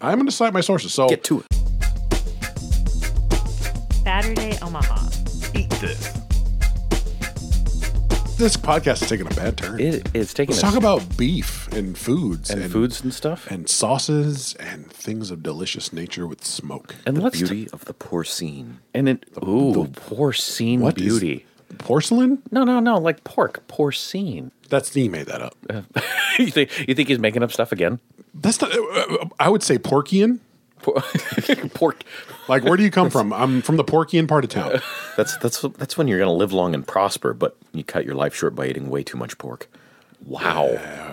I'm going to cite my sources. So Get to it. Saturday, Omaha. Eat this. this podcast is taking a bad turn. It is taking Let's us talk about beef and foods and, foods and stuff. And, and sauces and things of delicious nature with smoke. and The let's beauty of the porcine. and it ooh porcine What is- beauty. porcelain? no, no, no, like pork porcine. That's he made that up. Uh. you think you think he's making up stuff again? That's not. uh, I would say Porkian. Por- pork. Like, where do you come from? I'm from the Porkian part of town. That's that's that's when you're going to live long and prosper, but you cut your life short by eating way too much pork. Wow.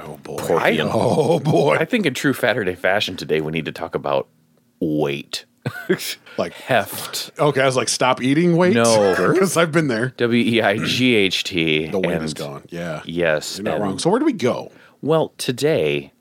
Oh boy. Porkian. Oh boy. I think in true Saturday fashion today, we need to talk about weight, Like- heft, Okay, I was like, stop eating weight. No. because I've been there. W E I G H T. The weight and- is gone. Yeah. Yes, You're not and- wrong. So where do we go? Well, today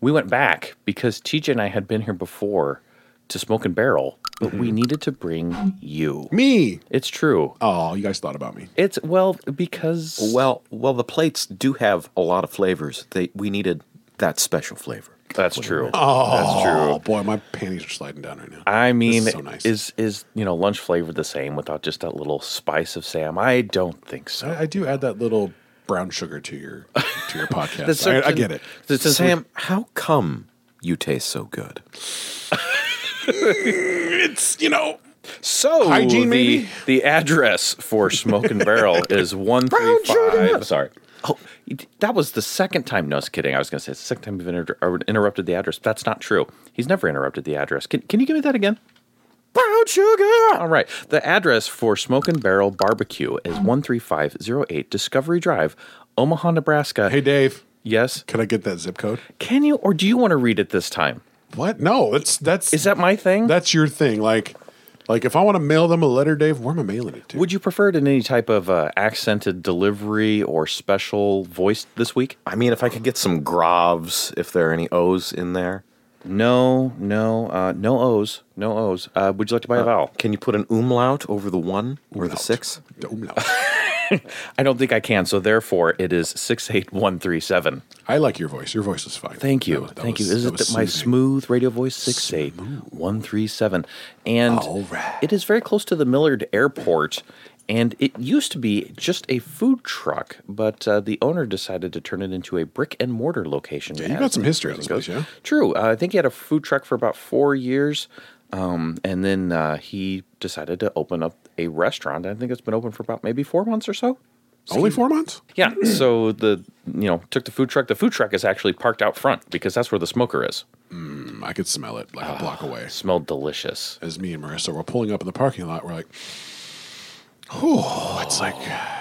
we went back because TJ and I had been here before to Smoke and Barrel, but we Mm-hmm. needed to bring you. Me. It's true. Oh, you guys thought about me. It's well because Well, well, the plates do have a lot of flavors. They we needed that special flavor. that's true. Oh, that's Oh true. boy, my panties are sliding down right now. I mean, is is, so nice. is you know lunch flavored the same without just that little spice of Sam? I don't think so. I, I do add that little brown sugar to your to your The podcast. certain- I, I get it. the- since we- Sam, how come you taste so good? It's you know So Hygiene, the maybe? the address for Smoke and Barrel is one three five. Sorry. Oh, you d- that was the second time. No, I was kidding. I was going to say it's the second time you've inter- or interrupted the address. That's not true. He's never interrupted the address. Can Can you give me that again? Brown sugar. All right. The address for Smoke and Barrel Barbecue is one three five zero eight Discovery Drive, Omaha, Nebraska. Hey Dave, Yes. can I get that zip code? Can you or do you want to read it this time? What? No, that's that's Is that my thing? that's your thing. Like like if I want to mail them a letter, Dave, where am I mailing it to? Would you prefer it in any type of uh, accented delivery or special voice this week? I mean, if I could get some gravs, if there are any O's in there, No, no, uh, no O's, no O's. Uh, would you like to buy a vowel? can you put an umlaut over the one or the Umlaut. six? The umlaut. I don't think I can, so therefore it is six eight one three seven. I like your voice. Your voice is fine. Thank you, That was- that thank was- you. Is that it was that my soothing. smooth radio voice six eight one three seven? And All right. it is very close to the Millard Airport. And it used to be just a food truck, but uh, the owner decided to turn it into a brick and mortar location. Yeah, you as got some history on it this goes. place, yeah? True. Uh, I think he had a food truck for about four years. Um, and then uh, he decided to open up a restaurant. I think it's been open for about maybe four months or so. Only four months? Yeah. so the, you know, took the food truck. The food truck is actually parked out front because that's where the smoker is. Mm, I could smell it like a block Ah. away. Smelled delicious. As me and Marissa were pulling up in the parking lot, we're like, oh, it's like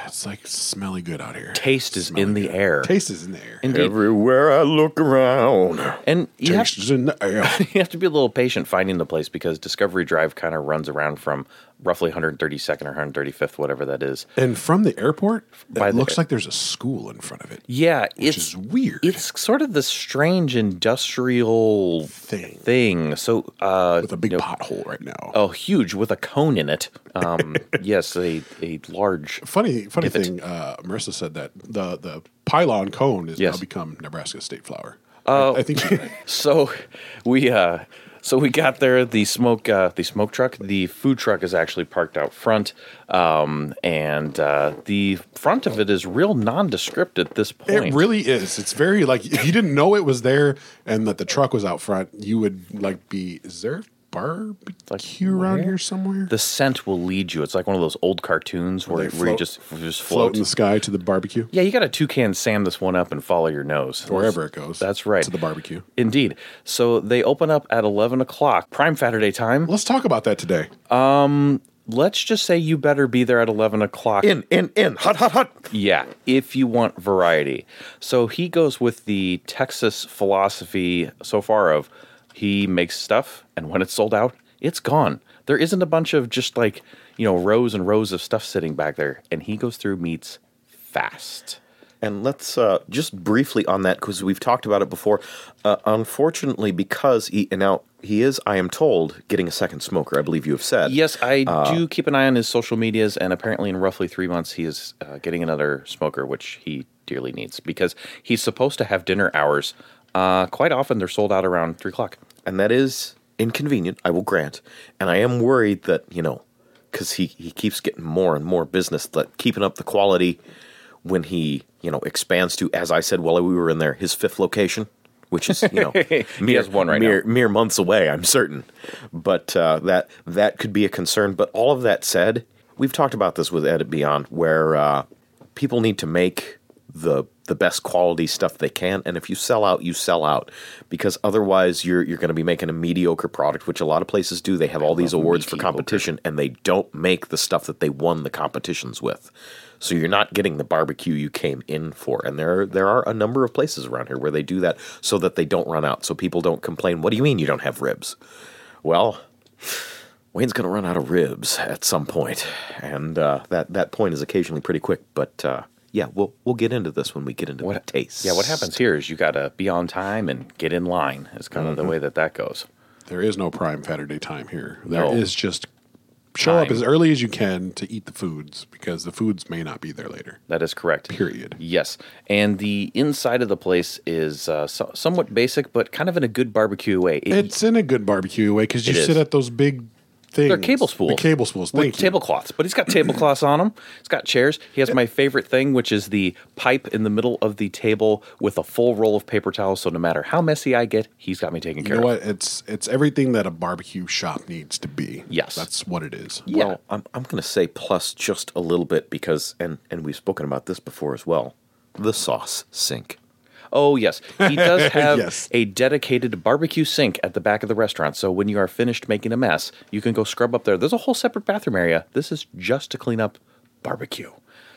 it's like smelly good out here. Taste is Smelly in the good. air. Taste is in the air. Indeed. Everywhere I look around. And you have, Taste is in the air. you have to be a little patient finding the place because Discovery Drive kind of runs around from roughly 132nd or 135th, whatever that is. and from the airport, it By the- looks like there's a school in front of it. Yeah, Which it's is weird. it's sort of this strange industrial Thing. thing. So, uh, with a big you know, pothole right now. oh, huge with a cone in it. Um, yes, a a large. Funny, funny Divot. thing. Uh, Marissa said that the the pylon cone has Yes. now become Nebraska state flower. Oh, I, think she's right. So we uh, so we got there. The smoke uh, the smoke truck. The food truck is actually parked out front, um, and uh, the front of it is real nondescript at this point. It really is. It's very like if you didn't know it was there and that the truck was out front, you would like be. Is there a barbecue around here somewhere? the scent will lead you. It's like one of those old cartoons where, they where you float- just just float float. in the sky to the barbecue, Yeah, you got a toucan Sam this one up and follow your nose wherever it goes. That's right. to the barbecue. Indeed. So they open up at eleven o'clock, prime Saturday time. Let's talk about that today. Let's just say you better be there at eleven o'clock. In, in, in. Hot, hot, hot. Yeah, if you want variety. So he goes with the Texas philosophy so far of he makes stuff and when it's sold out, it's gone. There isn't a bunch of just like, you know, rows and rows of stuff sitting back there. And he goes through meats fast. And let's uh, just briefly on that because we've talked about it before. Uh, unfortunately, because he and now he is, I am told, getting a second smoker. I believe you have said. Yes, I do keep an eye on his social medias, and apparently, in roughly three months, he is uh, getting another smoker, which he dearly needs because he's supposed to have dinner hours. Uh, quite often, they're sold out around three o'clock. and that is inconvenient, I will grant. And I am worried that, you know, because he, he keeps getting more and more business, that keeping up the quality when he, you know, expands to, as I said while we were in there, his fifth location, which is, you know, mere, has one right mere, mere months away, I'm certain. But uh, that that could be a concern. But all of that said, we've talked about this with Edit Beyond, where uh, people need to make the the best quality stuff they can and if you sell out you sell out because otherwise you're you're going to be making a mediocre product which a lot of places do they have all these awards for competition and they don't make the stuff that they won the competitions with so you're not getting the barbecue you came in for and there there are a number of places around here where they do that so that they don't run out so people don't complain what do you mean you don't have ribs well Wayne's going to run out of ribs at some point, and uh, that that point is occasionally pretty quick. But uh, yeah, we'll we'll get into this when we get into What- the taste. Yeah, what happens here is you got to be on time and get in line. Is kind of the way that that goes. There is no prime Saturday time here. There is No. just show up Time. as early as you can to eat the foods because the foods may not be there later. That is correct. Period. Yes, and the inside of the place is uh, so- somewhat basic, but kind of in a good barbecue way. It- It's in a good barbecue way because you It is. sit at those big things. They're cable spools. The cable spools. With Thank you. tablecloths. But he's got tablecloths on him. He's got chairs. He has my favorite thing, which is the pipe in the middle of the table with a full roll of paper towels. So no matter how messy I get, he's got me taken you care know of. what? It's it's everything that a barbecue shop needs to be. Yes. that's what it is. Yeah. Well, I'm I'm going to say plus just a little bit because and and we've spoken about this before as well. The sauce sink. Oh, yes. He does have Yes. a dedicated barbecue sink at the back of the restaurant. So when you are finished making a mess, you can go scrub up there. There's a whole separate bathroom area. This is just to clean up barbecue.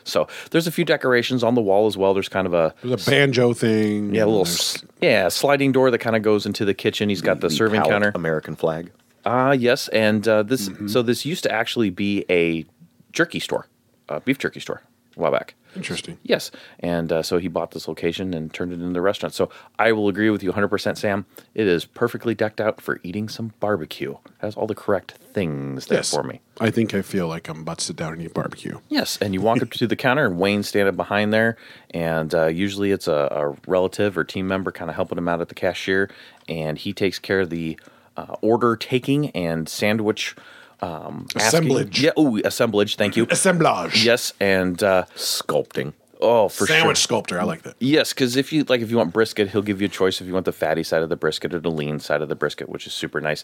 So there's a few decorations on the wall as well. There's kind of a There's a banjo thing. yeah, a little There's- s- yeah, sliding door that kind of goes into the kitchen. He's got the, serving Palette counter. American flag. Ah, yes, and uh, this Mm-hmm. so this used to actually be a jerky store, a beef jerky store a while back. Interesting. Yes, and uh, so he bought this location and turned it into a restaurant. So I will agree with you 100%, Sam. It is perfectly decked out for eating some barbecue. Has all the correct things there Yes. for me. I think I feel like I'm about to sit down and eat barbecue. Yes, and you walk up to the counter, and Wayne's standing behind there, and uh, usually it's a, a relative or team member kind of helping him out at the cashier, and he takes care of the uh, order taking and sandwich um, asking- Assemblage. Yeah, ooh, assemblage. Thank you. Assemblage. yes, and uh, Sculpting. oh, for sure. Sandwich sculptor. I like that. Yes, because if you like, if you want brisket, he'll give you a choice if you want the fatty side of the brisket or the lean side of the brisket, which is super nice.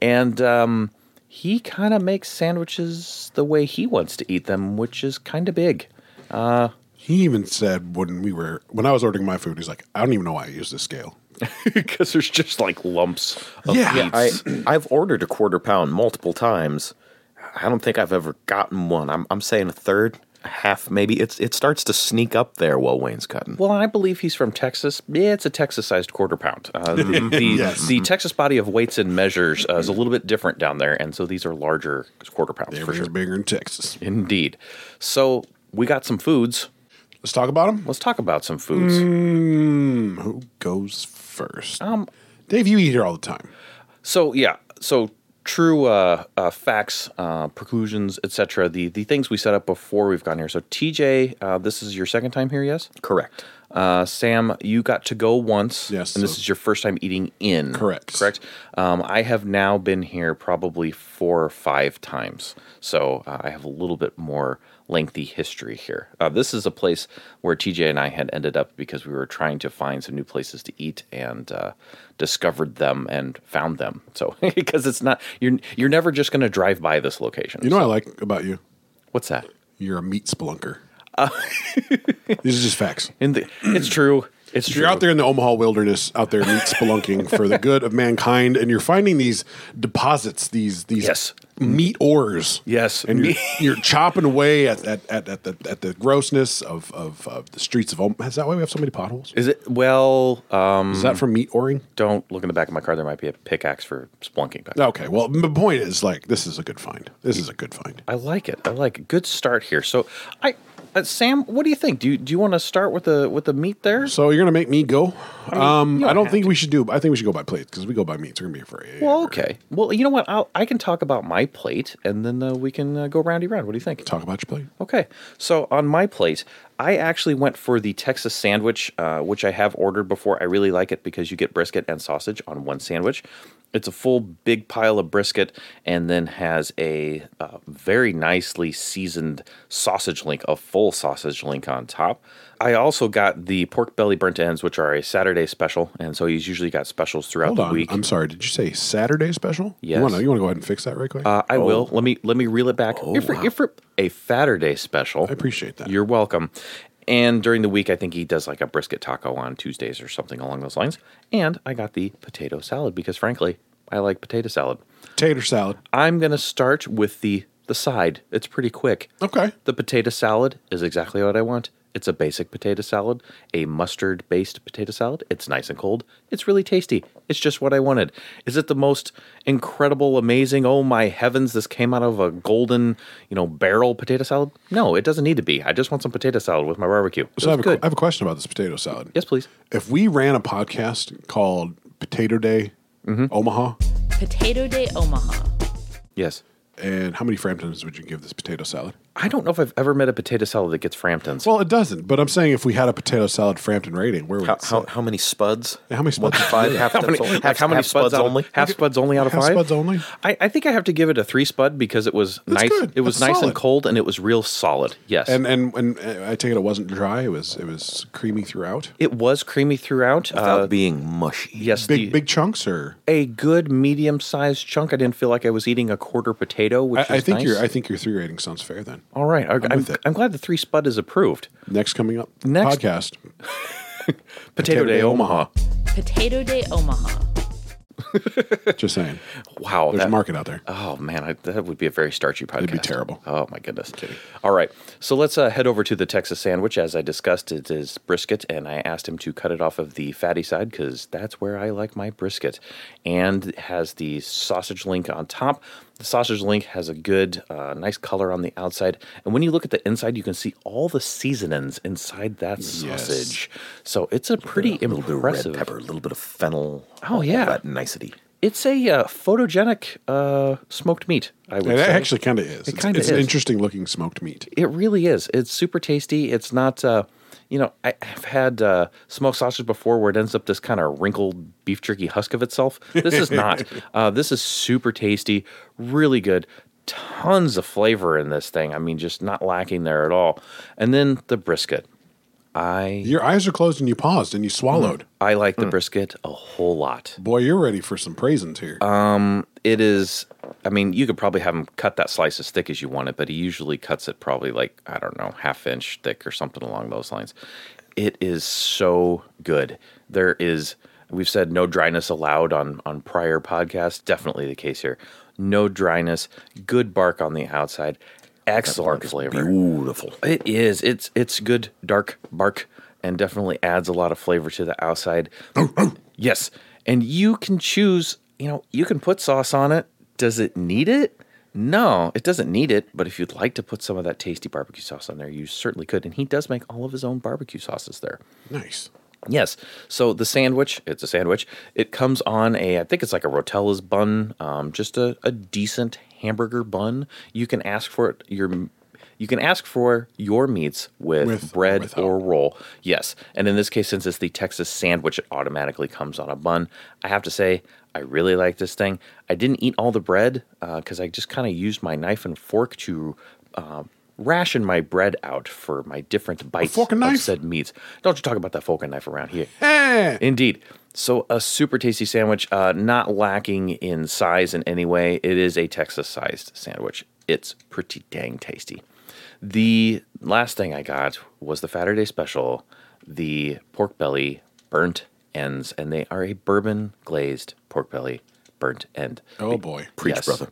And um, he kind of makes sandwiches the way he wants to eat them, which is kind of big. He even said when we were when I was ordering my food, he's like, I don't even know why I use this scale. because there's just like lumps of Yeah. meats. I I've ordered a quarter pound multiple times. I don't think I've ever gotten one. I'm I'm saying a third, a half, maybe. It's it starts to sneak up there while Wayne's cutting. well, I believe he's from Texas. Yeah, it's a Texas-sized quarter pound. Uh, the, the, Yes. Mm-hmm. the Texas body of weights and measures uh, is a little bit different down there, and so these are larger quarter pounds for Everything's sure. bigger in Texas. Indeed. So we got some foods. Let's talk about him. Let's talk about some foods. Who goes first? Um, Dave, you eat here all the time. So yeah, so true uh, uh, facts, uh, preclusions, etc. The the things we set up before we've gone here. So TJ, uh, this is your second time here, yes? Correct. Uh, Sam, you got to go once. Yes, And this so- is your first time eating in. Correct. Correct. Um, I have now been here probably four or five times. So uh, I have a little bit more lengthy history here. Uh, this is a place where TJ and I had ended up because we were trying to find some new places to eat and uh, discovered them and found them. So, because it's not, you're, you're never just going to drive by this location. You know what I like about you? What's that? You're a meat spelunker. Uh, These are just facts. In the, it's true. It's If true. you're out there in the Omaha wilderness, out there meat spelunking for the good of mankind, and you're finding these deposits, these these Yes. meat ores, Yes. and you're, you're chopping away at, at, at, at the at the grossness of, of, of the streets of Omaha. Is that why we have so many potholes? Is it, well, um, Is that from meat oring? don't look in the back of my car. There might be a pickaxe for splunking back. Okay. Well, the point is like this is a good find. This is a good find. I like it. I like it. Good start here. So, I uh, Sam, what do you think? Do you do you want to start with the with the meat there? So you're gonna make me go? um, you I don't don't have think we should do. I think we should go by plates because we go by meats. We're gonna be here for eight. Well, okay. Well, you know what? I'll, I can talk about my plate, and then uh, we can uh, go roundy round. What do you think? Talk about your plate. Okay. So on my plate, I actually went for the Texas sandwich, uh, which I have ordered before. I really like it because you get brisket and sausage on one sandwich. It's a full big pile of brisket and then has a uh, very nicely seasoned sausage link, a full sausage link on top. I also got the pork belly burnt ends, which are a Saturday special. And so he's usually got specials throughout Hold the on. week. I'm sorry. Did you say Saturday special? Yes. You want to you wanna go ahead and fix that right quick? Uh, I will. Let me let me reel it back. if, Oh. wow. if, a Saturday special. I appreciate that. You're welcome. And during the week, I think he does like a brisket taco on Tuesdays or something along those lines. And I got the potato salad because, frankly, I like potato salad. Tater salad. I'm gonna start with the the side. It's pretty quick. Okay. The potato salad is exactly what I want. It's a basic potato salad, a mustard based potato salad. It's nice and cold. It's really tasty. It's just what I wanted. Is it the most incredible, amazing, oh my heavens, this came out of a golden, you know, barrel potato salad? No, it doesn't need to be. I just want some potato salad with my barbecue. So I have, a, good. I have a question about this potato salad. yes, please. If we ran a podcast called Potato Day Mm-hmm. Omaha, Potato Day Omaha. Yes. and how many Framptons would you give this potato salad? I don't know if I've ever met a potato salad that gets Framptons. Well, it doesn't, but I'm saying if we had a potato salad Frampton rating, where would How, it sit? how, how many spuds? Yeah, how many One to spuds? Five, half, how many, half, like how many half spuds, spuds out of- only? half spuds only out of Half five? spuds only? I, I think I have to give it a three spud because it was That's nice. good. It was That's nice and solid. cold and it was real solid. Yes, and and and uh, I take it it wasn't dry. It was it was creamy throughout. it was creamy throughout. Without Uh, being mushy. yes, Big the- big chunks, or a good medium sized chunk. I didn't feel like I was eating a quarter potato, which I, is I think nice. Oh. your I think your three rating sounds fair. Then All right, I, I'm, with it. I'm glad the three spud is approved. next coming up Next- podcast Potato, Day, Omaha. Potato Day Omaha. Just saying, Wow, there's a that- market out there. Oh man, I, that would be a very starchy podcast. be terrible. Oh my goodness. All right, so let's uh, head over to the Texas sandwich. As I discussed, it is brisket, and I asked him to cut it off of the fatty side because that's where I like my brisket, and it has the sausage link on top. The sausage link has a good, uh, nice color on the outside, and when you look at the inside, you can see all the seasonings inside that sausage. So it's a pretty A little bit of red impressive pepper, a little bit of fennel. Oh, all yeah. that nicety. It's a uh, photogenic uh, smoked meat. I would It say. actually kind of is. It's, kinda it's an is. interesting looking smoked meat. it really is. It's super tasty. It's not, uh, you know, I- I've had uh, smoked sausage before where it ends up this kind of wrinkled beef jerky husk of itself. This is not. uh, this is super tasty, really good. Tons of flavor in this thing. I mean, just not lacking there at all. And then the brisket. I Your eyes are closed and you paused and you swallowed. I like the brisket a whole lot. Boy, you're ready for some praisins here. Uh, it is i mean you could probably have him cut that slice as thick as you want it but he usually cuts it probably like i don't know half inch thick or something along those lines it is so good there is we've said no dryness allowed on on prior podcasts definitely the case here no dryness good bark on the outside excellent flavor Beautiful. it is. It's it's good dark bark and definitely adds a lot of flavor to the outside. yes. And you can choose, you know, you can put sauce on it. Does it need it? No, it doesn't need it, but if you'd like to put some of that tasty barbecue sauce on there, you certainly could. And he does make all of his own barbecue sauces there. nice. Yes. So the sandwich, it's a sandwich. It comes on a, I think it's like a Rotella's bun, um, just a, a decent hamburger bun. You can ask for it, your, you can ask for your meats with, With or bread without. or roll. Yes. And in this case, since it's the Texas sandwich, it automatically comes on a bun. I have to say, I really like this thing. I didn't eat all the bread because I just kind of used my knife and fork to. Uh, Ration my bread out for my different bites fork and of knife? said meats. Don't you talk about that fork and knife around here. Eh. Indeed. So a super tasty sandwich, uh, not lacking in size in any way. It is a Texas-sized sandwich. It's pretty dang tasty. The last thing I got was the Saturday special, the pork belly burnt ends, and they are a bourbon glazed pork belly burnt end. Oh boy. Preach, brother.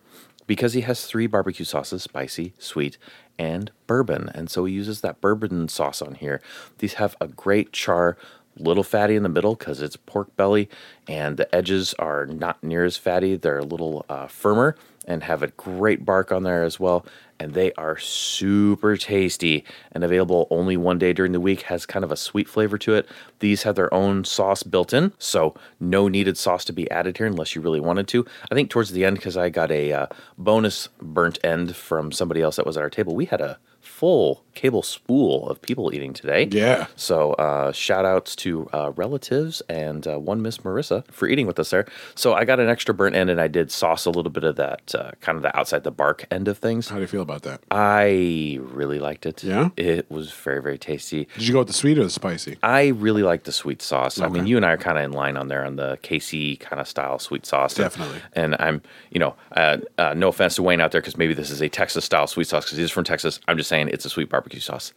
Because he has three barbecue sauces spicy, sweet, and bourbon. And so he uses that bourbon sauce on here. These have a great char, little fatty in the middle because it's pork belly, and the edges are not near as fatty. They're a little uh, firmer and have a great bark on there as well. And they are super tasty and available only one day during the week. Has kind of a sweet flavor to it. These have their own sauce built in, so no needed sauce to be added here unless you really wanted to. I think towards the end, because I got a uh, bonus burnt end from somebody else that was at our table, we had a full cable spool of people eating today. Yeah. So uh, shout outs to uh, relatives and uh, one Miss Marissa for eating with us there. So I got an extra burnt end and I did sauce a little bit of that uh, kind of the outside the bark end of things. How do you feel about that? I really liked it. Yeah? It was very, very tasty. Did you go with the sweet or the spicy? I really like the sweet sauce. I mean, Okay. you and I are kind of in line on there on the KC kind of style sweet sauce. And- Definitely. And, I'm, you know, uh, uh, no offense to Wayne out there because maybe this is a Texas style sweet sauce because he's from Texas. I'm just saying it's a sweet barbecue sauce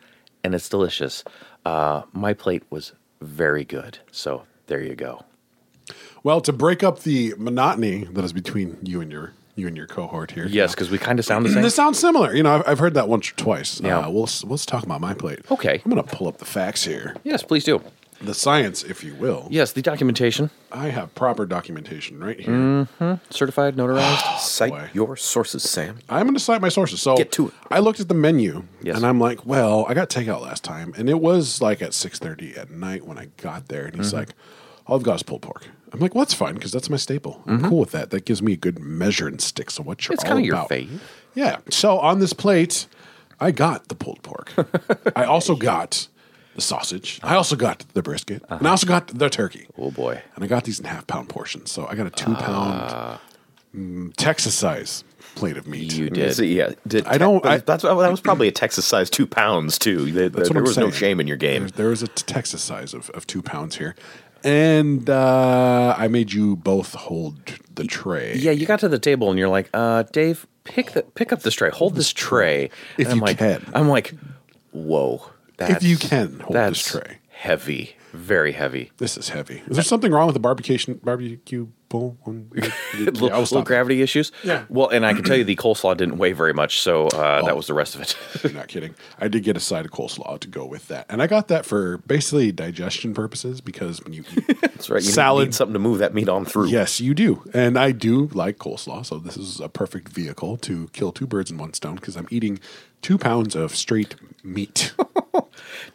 and it's delicious. Uh, my plate was very good. So there you go. Well, to break up the monotony that is between you and your you and your cohort here. Yes, because we kind of sound the same. This sounds similar. You know, I've, I've heard that once or twice. Yeah. Uh, we'll, s- let's talk about my plate. Okay. I'm going to pull up the facts here. yes, please do. The science, if you will. Yes, the documentation I have proper documentation right here. certified, notarized. Cite Oh, boy. your sources, Sam. I'm going to cite my sources. So Get to it. I looked at the menu Yes. and I'm like, well, I got takeout last time and it was like at 6:30 at night when I got there and he's Mm-hmm. like, all I've got is pulled pork. I'm like, well, that's fine because that's my staple. I'm cool with that. That gives me a good measuring stick. So what you're Mm-hmm. It's all kinda your about. fave. Yeah. So on this plate, I got the pulled pork. I also got the sausage. I also got the brisket. And I also got the turkey. Uh-huh. Oh boy. Uh. And I got these in half pound portions. So I got a two pound mm, Texas size plate of meat. You Is did. it- yeah. Did uh, I don't- I- that's, that was probably a Texas size two pounds too. There, That's what there I'm was no saying. shame in your game. There, there was a t- Texas size of, of two pounds here. And uh, I made you both hold the tray. Yeah, you got to the table and you're like, uh, Dave, pick the pick up this tray, hold this tray. If and I'm you like, can. I'm like, whoa. That's, you can hold this that's tray. Heavy, very heavy. This is heavy. Is there something wrong with the barbecue barbecue bowl? On, little, Yeah, I'll little stop. gravity issues. Yeah. Well, and I can tell you the coleslaw didn't weigh very much, so Oh. uh, that was the rest of it. You're not kidding. I did get a side of coleslaw to go with that, and I got that for basically digestion purposes because when you eat That's right. You salad- need something to move that meat on through. Yes, you do. And I do like coleslaw. So this is a perfect vehicle to kill two birds in one stone because I'm eating two pounds of straight meat.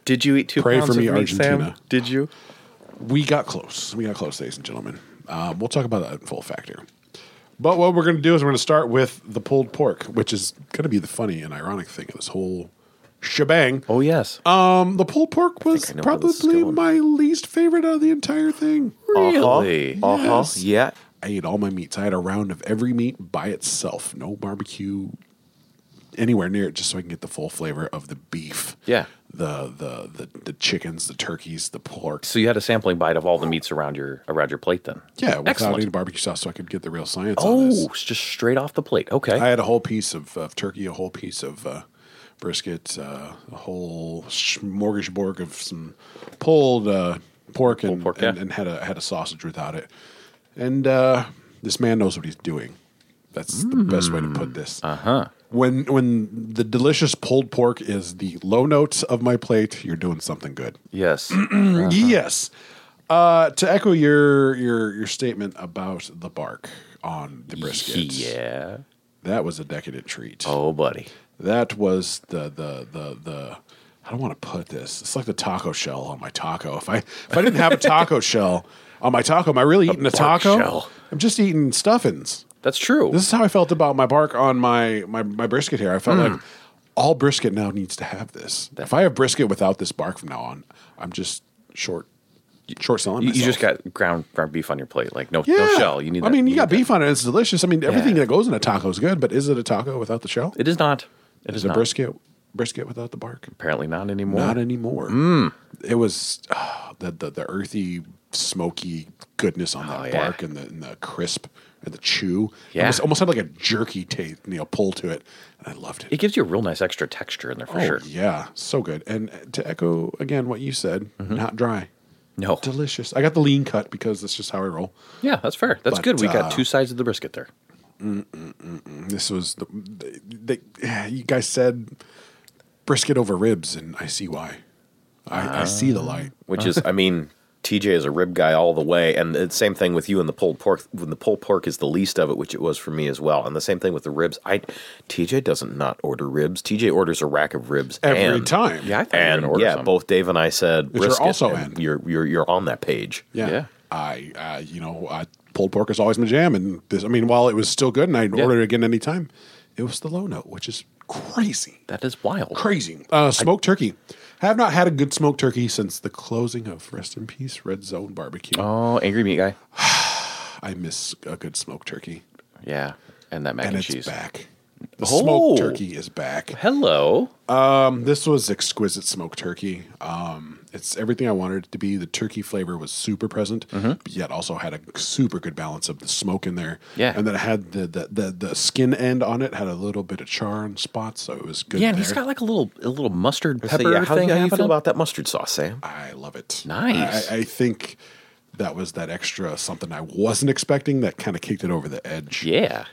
Did you eat two Pray pounds for me, of meat, Sam? Argentina. Did you? we got close. We got close, ladies and gentlemen. Um, we'll talk about that in full factor. But what we're going to do is we're going to start with the pulled pork, which is going to be the funny and ironic thing of this whole shebang. Oh yes. Um, the pulled pork was I know where this is probably going. my least favorite out of the entire thing. really? Uh huh. Yes. Yeah. I ate all my meats. I had a round of every meat by itself, no barbecue anywhere near it, just so I can get the full flavor of the beef. Yeah. The the the, the chickens, the turkeys, the pork. So you had a sampling bite of all the meats around your around your plate then. Yeah, without Excellent. any barbecue sauce, so I could get the real science on this. Oh, it's just straight off the plate. Okay. I had a whole piece of, of turkey, a whole piece of uh, brisket, uh, a whole smorgasbord of some pulled uh, pork, and, pork, and, yeah. and had a had a sausage without it. And uh, this man knows what he's doing. That's the best way to put this. Mm, Uh uh-huh. huh. When when the delicious pulled pork is the low notes of my plate, you're doing something good. Mm-hmm. yes. Yes. Uh, to echo your your your statement about the bark on the brisket, yeah. that was a decadent treat. Oh, buddy. That was the the the the. I don't want to put this. It's like the taco shell on my taco. If I if I didn't have a taco shell on my taco, am I really eating a pork taco? shell. I'm just eating stuffings. That's true. This is how I felt about my bark on my my, my brisket here. I felt Hmm. like all brisket now needs to have this. If I have brisket without this bark from now on, I'm just short short selling. you, you myself. just got ground ground beef on your plate, like no yeah. no shell. You need. I that- mean, you, got need beef on it. It's delicious. I mean, everything Yeah. that goes in a taco is good, but is it a taco without the shell? that. It is not. It Is is a not. brisket brisket without the bark? Apparently not Hmm. anymore. Not anymore. It was ah, the, the the earthy, smoky goodness on that Oh, yeah. bark and the and the crisp and the chew. It Yeah. almost, almost had like a jerky taste, you know, pull to it. And I loved it. it gives you a real nice extra texture in there for oh sure. yeah, so good. And to echo again what you said, Mm-hmm. not dry, No. delicious. I got the lean cut because that's just how I roll. Yeah, that's fair. That's But, good. We uh, got two sides of the brisket there. This was the, the, the you guys said brisket over ribs, and I see why. I, I see Um, the light. Which is, I mean, TJ is a rib guy all the way, and the same thing with you and the pulled pork. When the pulled pork is the least of it, which it was for me as well, and the same thing with the ribs. I TJ doesn't not order ribs. TJ orders a rack of ribs Every and- time. Yeah, I thought you were And gonna order yeah, some. both Dave and I said you're brisket. also and in. You're you're you're on that page. Yeah. Yeah. I, uh, you know, I, pulled pork is always my jam. And this, I mean, while it was still good and I'd order it again anytime, it was the low note, which is Crazy. That is wild. Crazy. Uh, smoked turkey. Have not had a good smoked turkey since the closing of Rest in Peace Red Zone Barbecue. Oh, angry meat guy. I miss a good smoked turkey. Yeah, and that mac And, and, it's cheese. back. The Oh. smoked turkey is back. Hello. This was exquisite smoked turkey. Um, it's everything I wanted it to be. The turkey flavor was super present, Mm-hmm. but yet also had a super good balance of the smoke in there. Yeah. and then it had the the, the the skin end on it had a little bit of char in spots, so it was good. yeah, Yeah, and he's got like a little a little mustard So, pepper yeah, how, thing. how do you happening. feel about that mustard sauce, Sam? I love it. Nice. I, I think that was that extra something I wasn't expecting that kind of kicked it over the edge. Yeah.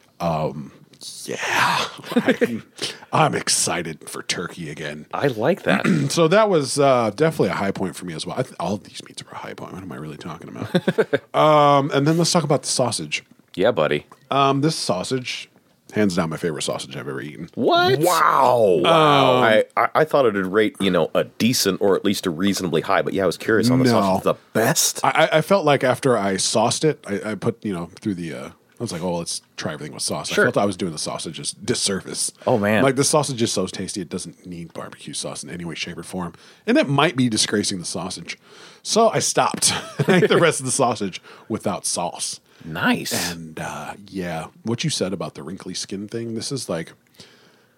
yeah. I'm, I'm excited for turkey again. I like that. So that was uh, definitely a high point for me as well. I th- all of these meats were a high point. What am I really talking about? um, and then let's talk about the sausage. yeah, buddy. Um, this sausage, hands down, my favorite sausage I've ever eaten. What? Wow! Oh. Wow! I, I I thought it'd rate you know a decent or at least a reasonably high, but yeah, I was curious on the No. sausage. The best. I, I- I felt like after I sauced it, I, I put you know through the. Uh, I was like, oh, let's try everything with sauce. Sure. I felt I was doing the sausages disservice. Oh, man. like the sausage is so tasty, it doesn't need barbecue sauce in any way, shape, or form, and that might be disgracing the sausage. So I stopped I ate the rest of the sausage without sauce. Nice. And uh, yeah, what you said about the wrinkly skin thing, this is like,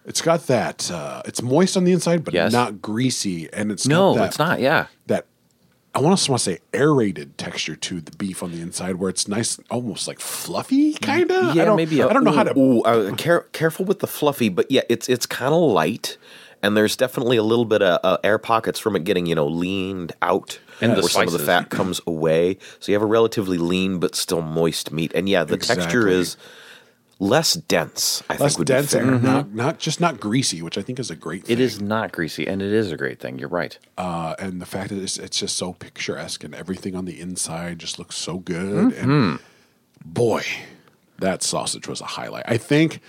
it's got that, uh, it's moist on the inside, but Yes. not greasy. And it's No, got that, it's not. Yeah. That, I want to want to say aerated texture to the beef on the inside where it's nice, almost like fluffy, kind of. Yeah, I don't, maybe a- I don't know how to. Ooh, uh, care, careful with the fluffy, but yeah, it's it's kind of light, and there's definitely a little bit of uh, air pockets from it getting you know leaned out, And the where some of the slices. fat comes away. So you have a relatively lean but still moist meat, and yeah, the texture Exactly. is less dense. I Less think would dense be fair. Mm-hmm. and not, not just not greasy, which I think is a great thing. Mm-hmm. It is not greasy, and it is a great thing. You're right. uh, and the fact that it's, it's just so picturesque and everything on the inside just looks so good. And boy, that sausage was a highlight. I think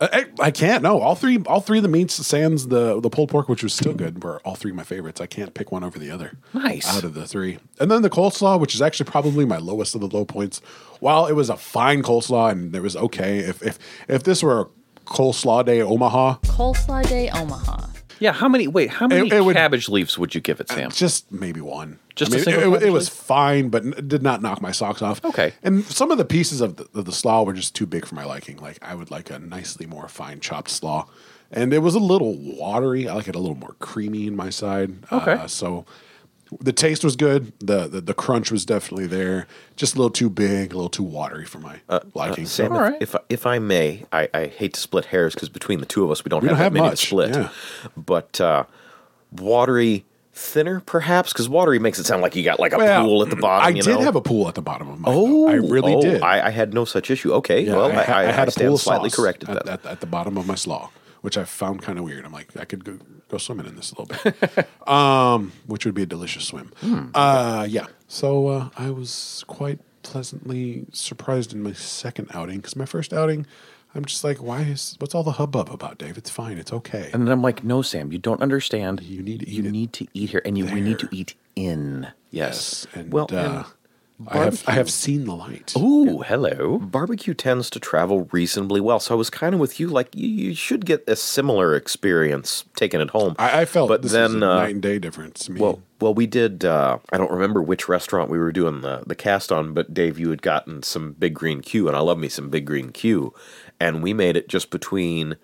uh, I, I I can't no all three all three of the meats sans the the pulled pork which was still good were all three my favorites. I can't pick one over the other. Nice. out of the three, and then the coleslaw, which is actually probably my lowest of the low points. While it was a fine coleslaw and there was okay, if if if this were a coleslaw day at Omaha, Coleslaw Day Omaha. Yeah. How many? Wait. How many it would- cabbage leaves would you give it, Sam? Just maybe one. Just I mean, a single it- it, cabbage it was leaf? fine, but n- did not knock my socks off. Okay. And some of the pieces of the, of the slaw were just too big for my liking. Like I would like a nicely more fine chopped slaw, and it was a little watery. I like it a little more creamy in my side. Okay. Uh, so the taste was good. The, the the crunch was definitely there. Just a little too big, a little too watery for my Uh, liking. So- Sam, All right. if, if I- if I may, I, I hate to split hairs because between the two of us, we don't, have, don't have that many much, to split. yeah. But uh, watery, thinner, perhaps, because watery makes it sound like you got like a Well, pool at the bottom. I you did know? have a pool at the bottom of my. Oh, I really oh, did. I, I had no such issue. Okay, well, I, ha- I, I had a pool stand of slightly sauce corrected at, that. at, at the bottom of my slaw, which I found kind of weird. I'm like, I could go, go swimming in this a little bit, um, which would be a delicious swim. Hmm. Uh, yeah. So uh, I was quite pleasantly surprised in my second outing because my first outing, I'm just like, why is what's all the hubbub about, Dave? It's fine. It's okay. And then I'm like, no, Sam, you don't understand. You need to you eat it need to eat here, and you, we need to there." eat in. Yes. And, Well, uh, and I have I barbecue- have seen the light. Ooh, hello. Barbecue tends to travel reasonably well, so I was kind of with you. Like you, you should get a similar experience taken at home. I, I felt but this then was a uh, night and day difference. to me. Well, well, we did. Uh, I don't remember which restaurant we were doing the the cast on, but Dave, you had gotten some Big Green Q, and I love me some Big Green Q, and we made it just between.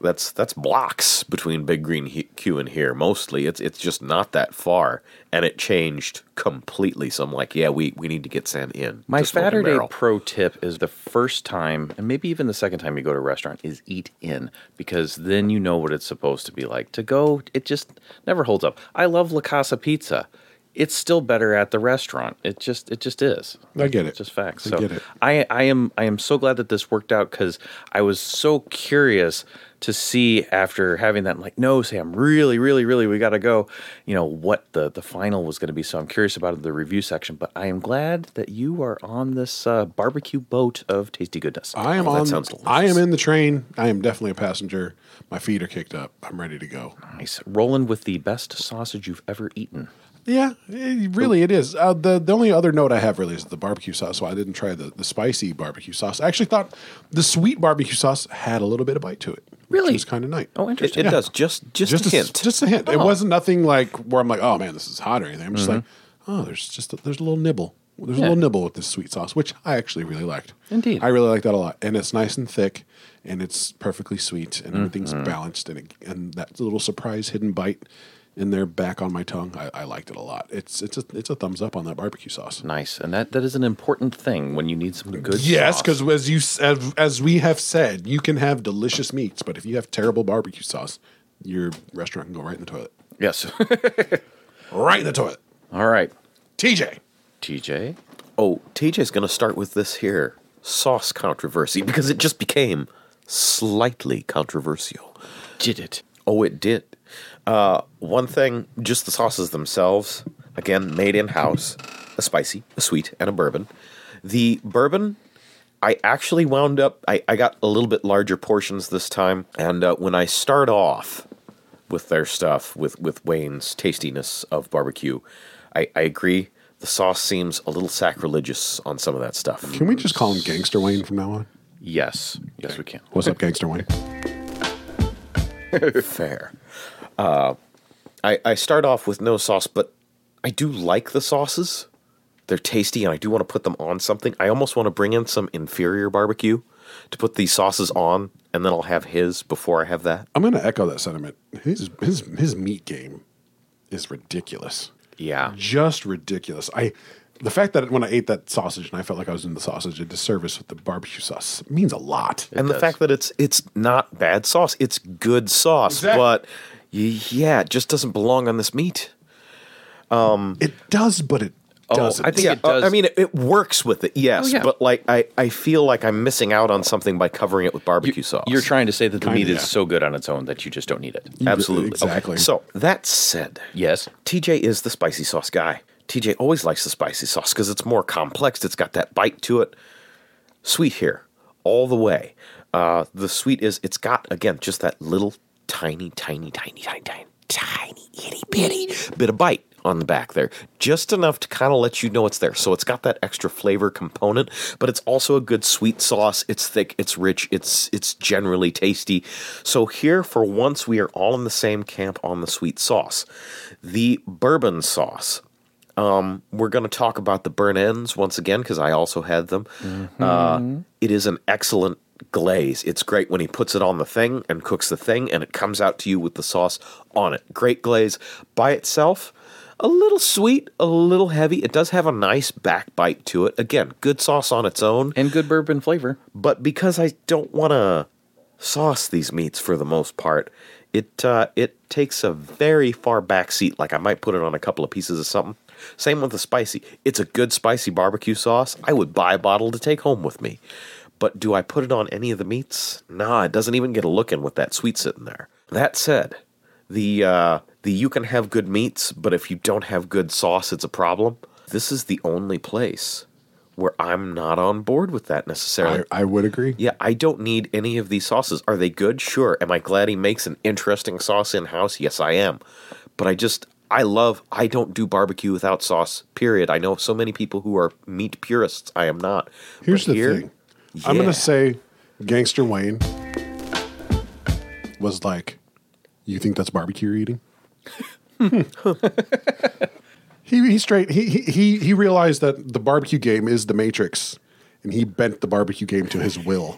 That's that's blocks between Big Green He- Q and here mostly. It's it's just not that far, and it changed completely. So I'm like, yeah, we, we need to get sent in. My to Smoke and Saturday Barrel. pro tip is the first time, and maybe even the second time you go to a restaurant, is eat in because then you know what it's supposed to be like. To go, it just never holds up. I love La Casa Pizza. It's still better at the restaurant. It just it just is. I get it. Just facts. I so get it. I I am I am so glad that this worked out because I was so curious to see after having that like no Sam really really really we got to go you know what the the final was going to be so I'm curious about it in the review section but I am glad that you are on this uh, barbecue boat of tasty goodness I am Oh, that on. sounds I delicious. am in the train. I am definitely a passenger. My feet are kicked up. I'm ready to go. nice rolling with the best sausage you've ever eaten Yeah, it, really, it is. Uh, the the only other note I have really is the barbecue sauce. So I didn't try the, the spicy barbecue sauce. I actually thought the sweet barbecue sauce had a little bit of bite to it. Really? It was kind of night. Oh, It, interesting. it does just just, just a a s- hint. just a hint. It wasn't nothing like where I'm like, oh man, this is hot or anything. I'm just like, oh, there's just a, there's a little nibble. There's a Yeah. little nibble with this sweet sauce, which I actually really liked. Indeed. I really like that a lot, and it's nice and thick, and it's perfectly sweet, and everything's balanced, and it, and that little surprise hidden bite in there back on my tongue. I, I liked it a lot. It's it's a it's a thumbs up on that barbecue sauce. Nice, and that that is an important thing when you need some good. Yes, sauce. because as you s- as, as we have said, you can have delicious meats, but if you have terrible barbecue sauce, your restaurant can go right in the toilet. yes. Right in the toilet. All right, TJ. TJ. Oh, TJ's going to start with this here sauce controversy because it just became slightly controversial. Did it? Oh, it did. Uh, one thing, just the sauces themselves, again, made in house, a spicy, a sweet, and a bourbon. The bourbon, I actually wound up, I, I got a little bit larger portions this time. And uh, when I start off with their stuff, with, with Wayne's tastiness of barbecue, I, I agree. The sauce seems a little sacrilegious on some of that stuff. Can we just call him Gangster Wayne from now on? Yes. Yes, we can. What's up, Gangster Wayne? Fair. Uh, I, I start off with no sauce, but I do like the sauces. They're tasty, and I do want to put them on something. I almost want to bring in some inferior barbecue to put these sauces on, and then I'll have his before I have that. I'm going to echo that sentiment. His his his meat game is ridiculous, Mm-hmm. Yeah. just ridiculous. I the fact that when I ate that sausage and I felt like I was in the sausage a disservice with the barbecue sauce means a lot. and the does. fact that it's it's not bad sauce, it's good sauce, Exactly. but y- yeah, it just doesn't belong on this meat. It does, but it Oh, I doesn't. think- it uh, does- Oh, I mean, it, it works with it, yes, yeah. but like I, I feel like I'm missing out on something by covering it with barbecue sauce. You're trying to say that the Kinda, meat yeah. is so good on its own that you just don't need it. Absolutely. Exactly. So that said, Yes. TJ is the spicy sauce guy. TJ always likes the spicy sauce because it's more complex. It's got that bite to it. Sweet here, all the way. Uh, the sweet is it's got again just that little tiny, tiny, tiny, tiny, tiny, tiny itty bitty bit of bite on the back there, just enough to kind of let you know it's there. So it's got that extra flavor component, but it's also a good sweet sauce. It's thick, it's rich, it's it's generally tasty. So here for once we are all in the same camp on the sweet sauce. The bourbon sauce we're going to talk about the burn ends once again because I also had them. Uh, it is an excellent glaze. It's great when he puts it on the thing and cooks the thing, and it comes out to you with the sauce on it. Great glaze by itself. A little sweet, a little heavy. It does have a nice back bite to it. Again, good sauce on its own And good bourbon flavor. but because I don't want to sauce these meats for the most part, it uh, it takes a very far back seat. Like I might put it on a couple of pieces of something. Same with the spicy. It's a good spicy barbecue sauce. I would buy a bottle to take home with me. But do I put it on any of the meats? Nah, it doesn't even get a look in with that sweet sitting there. That said, the uh, the you can have good meats, but if you don't have good sauce, it's a problem. This is the only place where I'm not on board with that necessarily. I, I would agree. Yeah, I don't need any of these sauces. Are they good? Sure. Am I glad he makes an interesting sauce in house? Yes, I am. But I just, I love, I don't do barbecue without sauce, period. I know so many people who are meat purists. I am not. Here's But the here, thing. I'm going yeah. to say Gangster Wayne was like, You think that's barbecue you're eating? he, he straight, he, he- he, he realized that the barbecue game is the Matrix and he bent the barbecue game to his will.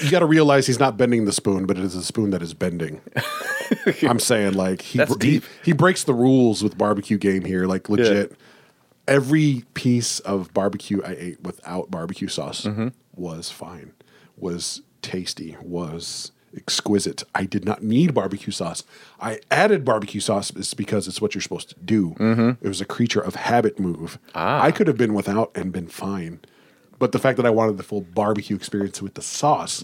You got to realize he's not bending the spoon, but it is the spoon that is bending. I'm saying, like, he, That's br- he- deep. He, breaks the rules with barbecue game here, like, legit every piece of barbecue I ate without barbecue sauce was fine, was tasty, was exquisite. I did not need barbecue sauce. I added barbecue sauce is because it's what you're supposed to do. It was a creature of habit move. I could have been without and been fine. But the fact that I wanted the full barbecue experience with the sauce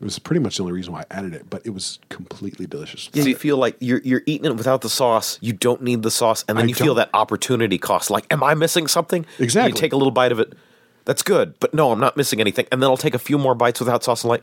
was pretty much the only reason why I added it, but it was completely delicious. So you feel like you're you're eating it without the sauce. You don't need the sauce, and then I you feel don't. that opportunity cost. Like, am I missing something? And Exactly. You take a little bite of it. That's good, but no, I'm not missing anything. And then I'll take a few more bites without sauce, and like,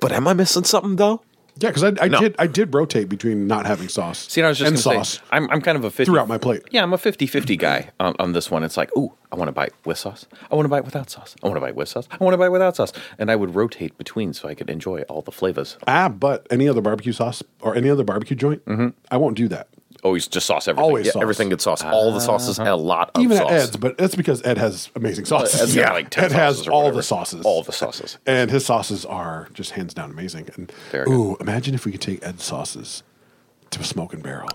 but am I missing something though? Yeah, because I, I No. did I did rotate between not having sauce. See, and I was just and gonna sauce Say, I'm, I'm kind of a 50, throughout my plate. Yeah, I'm a 50-50 guy on, on this one. It's like, ooh, I want to bite with sauce. I want to bite without sauce. I want to bite with sauce. I want to bite without sauce. And I would rotate between so I could enjoy all the flavors. Ah, but any other barbecue sauce or any other barbecue joint, Mm-hmm. I won't do that. Always just sauce everything. Always Yeah, sauce. Everything gets sauce. All the sauces Uh-huh. had a lot of Even sauce. at Ed's, but that's because Ed has amazing sauces. Ed's got like 10 Ed has sauces or all whatever. the sauces. All the sauces. And his sauces are just hands down amazing. And Very good. ooh, imagine if we could take Ed's sauces to a smoke and barrel.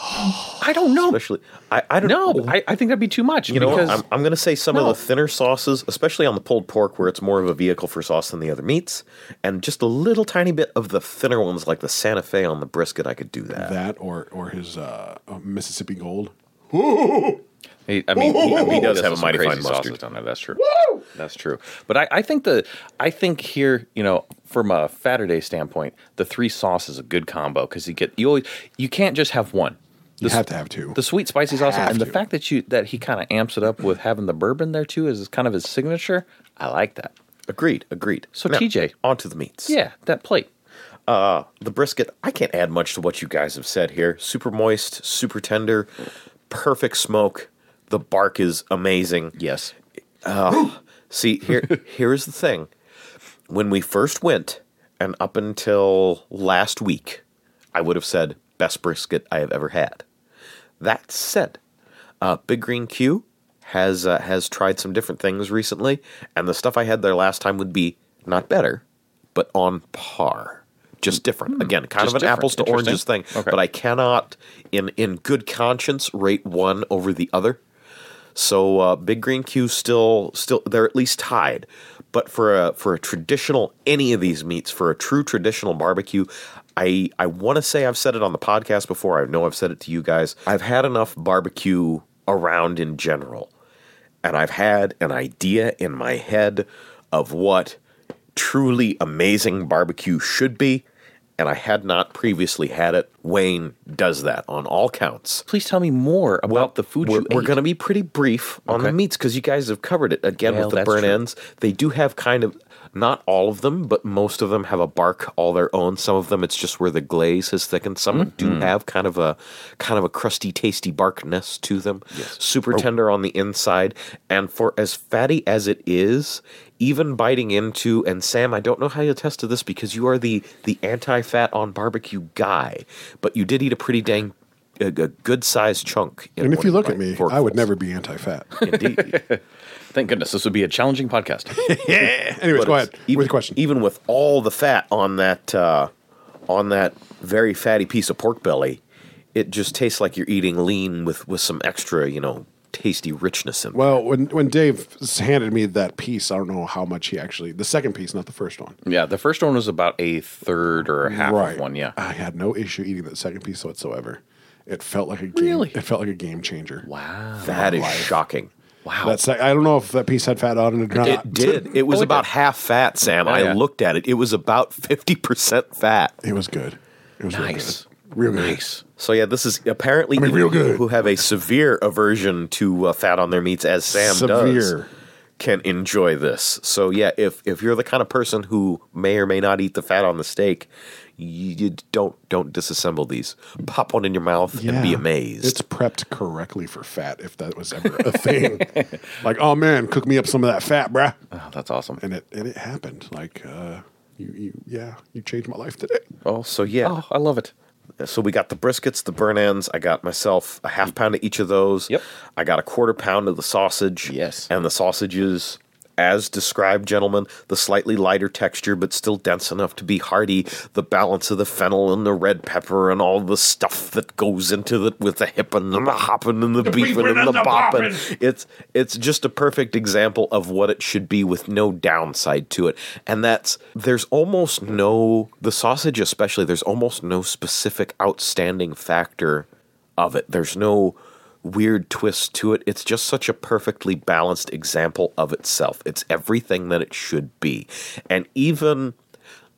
I don't know. Especially, I, I don't No, I, I think that'd be too much. You know, what? because I'm, I'm going to say some No. of the thinner sauces, especially on the pulled pork, where it's more of a vehicle for sauce than the other meats, and just a little tiny bit of the thinner ones, like the Santa Fe on the brisket. I could do that. That or or his uh, Mississippi Gold. He, I mean, he, I mean, he does have a mighty fine mustard. Down there. That's true. That's true. But I, I think the I think here, you know, from a Saturday standpoint, the three sauce is a good combo because you get you always you can't just have one. You have to have two. The sweet spicy is awesome, Have and the to. fact that you that he kind of amps it up with having the bourbon there too is kind of his signature. I like that. Agreed. Agreed. So, TJ. onto the meats. Yeah, that plate. Uh, the brisket. I can't add much to what you guys have said here. Super moist, super tender, perfect smoke. The bark is amazing. Yes. See, here here is the thing. When we first went, and up until last week, I would have said best brisket I have ever had. That said, uh, Big Green Q has uh, has tried some different things recently, and the stuff I had there last time would be not better, but on par. Just different. Again, kind Hmm. Just of an different. apples to oranges thing. Interesting. Okay. But I cannot, in in good conscience, rate one over the other. So uh, Big Green Q still still they're at least tied. But for a for a traditional any of these meats for a true traditional barbecue, I I want to say I've said it on the podcast before. I know I've said it to you guys. I've had enough barbecue around in general, and I've had an idea in my head of what truly amazing barbecue should be. And I had not previously had it. Wayne does that on all counts Please tell me more about the food. we're, you we're ate. gonna be pretty brief on the Okay. meats because you guys have covered it again Well, with the that's burn true. ends. They do have kind of not all of them, but most of them have a bark all their own. Some of them it's just where the glaze has thickened. Some Mm-hmm. do Mm. have kind of a kind of a crusty, tasty barkness to them. Oh. Super tender on the inside, and for as fatty as it is. Even biting into and Sam, I don't know how you attest to this because you are the the anti-fat on barbecue guy, but you did eat a pretty dang a, a good sized chunk in And if one you look bite, at me, forkfuls. I would never be anti-fat. Indeed. Thank goodness this would be a challenging podcast. Anyways, go ahead even, with the question. Even with all the fat on that uh, on that very fatty piece of pork belly, it just tastes like you're eating lean with with some extra, you know, tasty richness in. it. Well, when when Dave handed me that piece, I don't know how much he actually the second piece, not the first one. yeah, the first one was about a third or a half of one. Yeah. I had no issue eating that second piece whatsoever. It felt like a game, Really? It felt like a game changer. Wow. that is shocking. Wow. That sec- I don't know if that piece had fat on it or not. It did. It was Oh, it about did. half fat, Sam. Yeah, I yeah. looked at it. It was about fifty percent fat. It was good. It was Nice. Real good. Real good. nice. So yeah, this is apparently mean, even real people good. who have a severe aversion to uh, fat on their meats, as Sam does, Severe. can enjoy this. So yeah, if if you're the kind of person who may or may not eat the fat on the steak, you, you don't don't disassemble these. Pop one in your mouth and be Yeah. amazed. It's prepped correctly for fat, if that was ever a thing. like, oh man, cook me up some of that fat, bruh. Oh, that's awesome. And it and it happened. Like, uh, you, you yeah, you changed my life today. oh, so yeah. Oh, I love it. So we got the briskets, the burn ends. I got myself a half pound of each of those. Yep. I got a quarter pound of the sausage. Yes. And the sausages, as described, gentlemen, the slightly lighter texture, but still dense enough to be hearty. The balance of the fennel and the red pepper and all the stuff that goes into it with the hippin' and the hoppin' and the, beefin' and, the, boppin'. It's it's just a perfect example of what it should be with no downside to it. And that's there's almost no the sausage especially, there's almost no specific outstanding factor of it. There's no weird twist to it. It's just such a perfectly balanced example of itself. It's everything that it should be. And even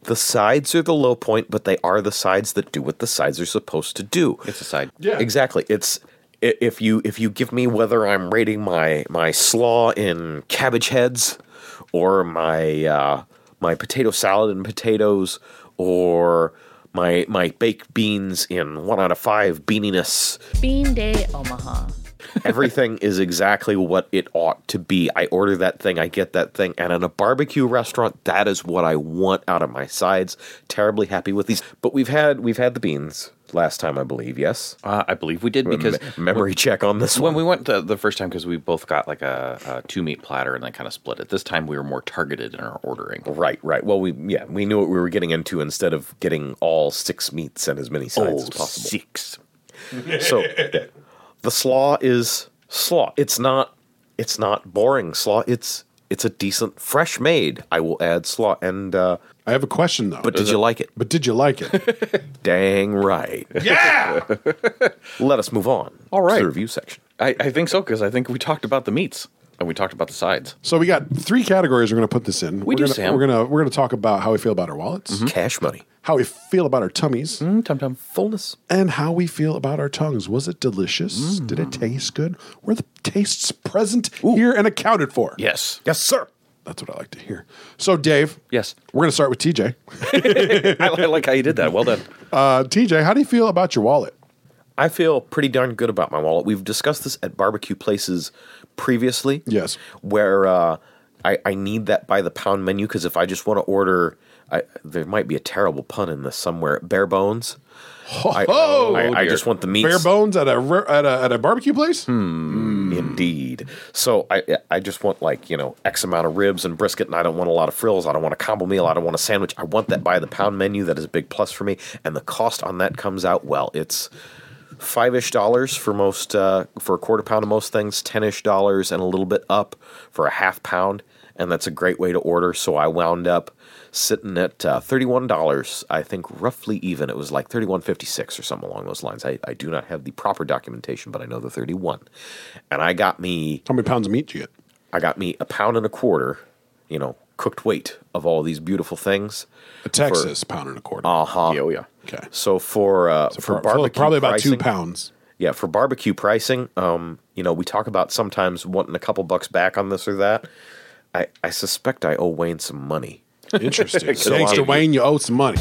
the sides are the low point, but they are the sides that do what the sides are supposed to do. It's a side. Yeah. Exactly. It's i- if you if you give me whether I'm rating my my slaw in cabbage heads or my uh, my potato salad in potatoes or my my baked beans in one out of five beaniness. Bean Day Omaha. Everything is exactly what it ought to be. I order that thing, I get that thing, and in a barbecue restaurant, that is what I want out of my sides. Terribly happy with these, but we've had we've had the beans last time, I believe. Yes, Uh, I believe we did because Me- memory check on this when one. we went the, the first time because we both got like a, a two meat platter and then kind of split it. This time we were more targeted in our ordering. Right, right. Well, we yeah, we knew what we were getting into instead of getting all six meats and as many Oh, sides as possible. six. So yeah. the slaw is slaw. It's not it's not boring slaw. It's it's a decent fresh made. I will add slaw and uh I have a question though. but did you like it? but did you like it? Dang right. yeah. Let us move on. All right. To the review section. I, I think so because I think we talked about the meats and we talked about the sides. So we got three categories. We're going to put this in. We are do, gonna, Sam. Mm-hmm. We're gonna we're gonna talk about how we feel about our wallets, Hmm? Cash money. how we feel about our tummies, Mm, Tum tum. Fullness. and how we feel about our tongues. Was it delicious? Mm-hmm. Did it taste good? Were the tastes present here and accounted for? Yes. Yes, sir. That's what I like to hear. So, Dave. Yes. We're going to start with TJ. I, I like how you did that. Well done. Uh, TJ, how do you feel about your wallet? I feel pretty darn good about my wallet. We've discussed this at barbecue places previously. Yes. Where uh, I, I need that by the pound menu because if I just want to order, I, there might be a terrible pun in this somewhere. Bare bones. I, Oh, I, I Oh, dear. Hmm. just want the meat. Oh, Bare bones at a re- at a, at a barbecue place? Indeed. So I I just want like you know x amount of ribs and brisket, and I don't want a lot of frills. I don't want a combo meal. I don't want a sandwich. I want that by the pound menu. That is a big plus for me. And the cost on that comes out well. It's five ish dollars for most uh, for a quarter pound of most things, ten ish dollars and a little bit up for a half pound, and that's a great way to order. So I wound up sitting at uh, thirty one dollars. I think roughly even. It was like thirty one fifty six or something along those lines. I, I do not have the proper documentation, but I know the thirty one, and I got me How many pounds of meat do you get? I got me a pound and a quarter, you know, cooked weight of all these beautiful things. A Texas pound and a quarter. Uh huh. Yeah, oh, yeah. okay. So for uh, for Pro- barbecue, probably about two pricing- pounds. yeah, for barbecue pricing, um, you know, we talk about sometimes wanting a couple bucks back on this or that. I, I suspect I owe Wayne some money. Interesting. So um, Thanks to I'm- Wayne, you owe some money.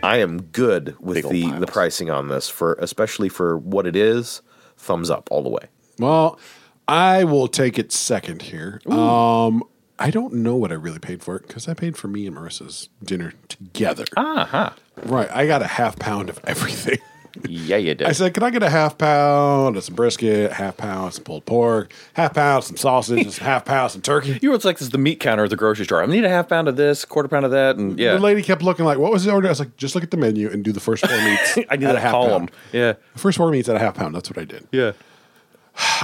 I am good with Big ol' the, the piles. pricing on this for especially for what it is. Thumbs up all the way. Well, I will take it second here. Um, I don't know what I really paid for it because I paid for me and Marissa's dinner together. Uh huh. Right. I got a half pound of everything. Yeah, you did. I said, Can I get a half pound of some brisket, half pound of some pulled pork, half pound of some sausage, and some half pound of some turkey? you were like this is the meat counter at the grocery store. I need a half pound of this, quarter pound of that, and yeah. The lady kept looking like, What was the order? I was like, Just look at the menu and do the first four meats. I need at that column. Pound. Yeah. The first four meats at a half pound. That's what I did. Yeah.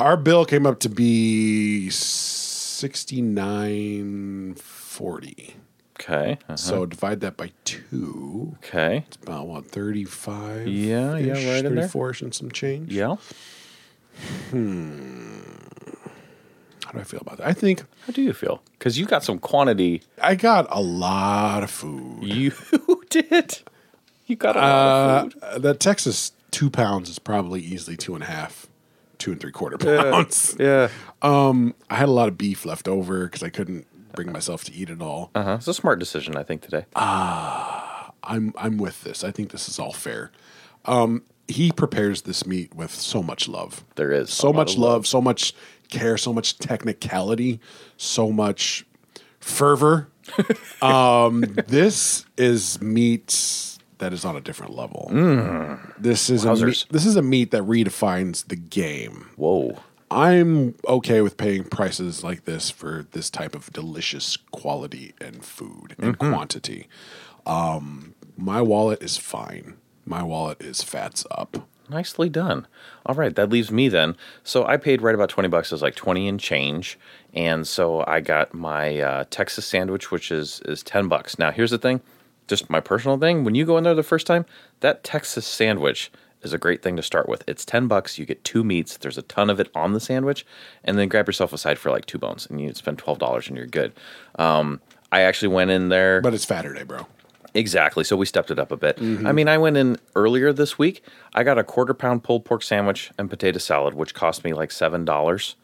Our bill came up to be sixty nine forty. Okay. uh, So divide that by two. Okay. It's about what thirty five. Yeah, yeah, right in there. Thirty four and some change. Yeah. How do I feel about that? I think How do you feel? Because you got some quantity. I got a lot of food. You did. You got a lot of food. Uh, that Texas two pounds is probably easily two and a half, two and three quarter pounds. Yeah. I had a lot of beef left over because I couldn't bring myself to eat it all. Uh-huh. It's a smart decision, I think, today. I'm I'm with this. I think this is all fair. Um, he prepares this meat with so much love. There is a so lot much of love, so much care, so much technicality, so much fervor. um, this is meat that is on a different level. This is a meat, Mm. Wowzers. this is a meat that redefines the game. Whoa. I'm okay with paying prices like this for this type of delicious quality and food and Mm-hmm. quantity. Um, my wallet is fine. My wallet is fats up. Nicely done. All right, that leaves me then. So I paid right about 20 bucks. It was like 20 and change. And so I got my uh, Texas sandwich, which is, is 10 bucks. Now, here's the thing just my personal thing. When you go in there the first time, that Texas sandwich is a great thing to start with. It's 10 bucks. You get two meats. There's a ton of it on the sandwich. And then grab yourself a side for like two bones and you spend $12 and you're good. Um, I actually went in there. But it's Saturday, bro. Exactly. So we stepped it up a bit. Mm-hmm. I mean, I went in earlier this week. I got a quarter pound pulled pork sandwich and potato salad, which cost me like seven dollars,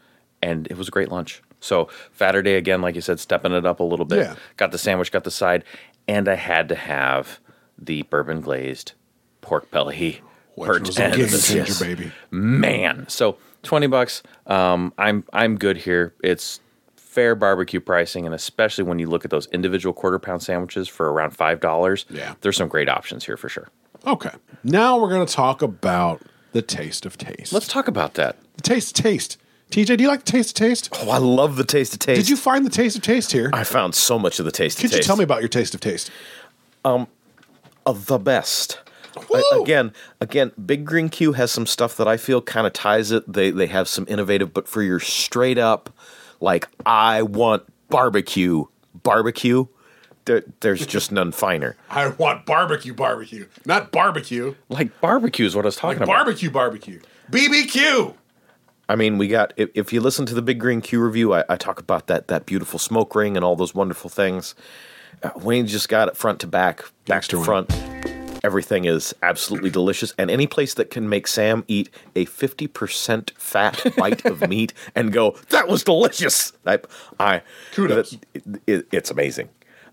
and it was a great lunch. So Saturday again, like you said, stepping it up a little bit. Yeah. Got the sandwich, got the side, and I had to have the bourbon glazed pork belly Which was a game changer, baby. man. So twenty bucks. Um, I'm I'm good here. It's fair barbecue pricing, and especially when you look at those individual quarter pound sandwiches for around five dollars. Yeah. there's some great options here for sure. Okay. Now we're going to talk about the taste of taste. Let's talk about that. the taste of taste. TJ, do you like the taste of taste? Oh, I love the taste of taste. Did you find the taste of taste here? I found so much of the taste Could of taste. you tell me about your taste of taste? of the best. Woo! A- again, again, Big Green Q has some stuff that I feel kind of ties it. They they have some innovative, but for your straight up, like I want barbecue, barbecue. There, there's just none finer. I want barbecue, barbecue, not barbecue, Like barbecue is what I was talking about. barbecue, barbecue, BBQ. I mean, we got if, if you listen to the Big Green Q review, I, I talk about that that beautiful smoke ring and all those wonderful things. Uh, Wayne's just got it front to back, back Gangster to Wayne. front. Everything is absolutely delicious, and any place that can make Sam eat a fifty percent fat bite of meat and go, "That was delicious," I, I Kudos. that- it- it- it's amazing.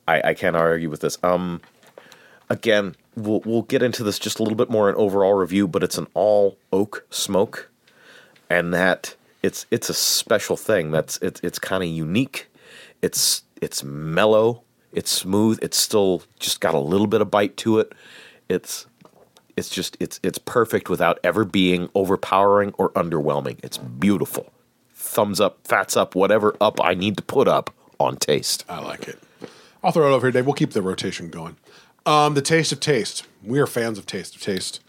I, I can't argue with this. Um, again, we'll we'll get into this just a little bit more in overall review, but it's an all oak smoke and that it's it's a special thing. That's it's it's kind of unique. It's it's mellow. It's smooth. It's still just got a little bit of bite to it. It's it's just it's it's perfect without ever being overpowering or underwhelming. It's beautiful. Thumbs up, fats up, whatever up I need to put up on taste. I like it. I'll throw it over here, Dave. We'll keep the rotation going. Um, the taste of taste. We are fans of taste of taste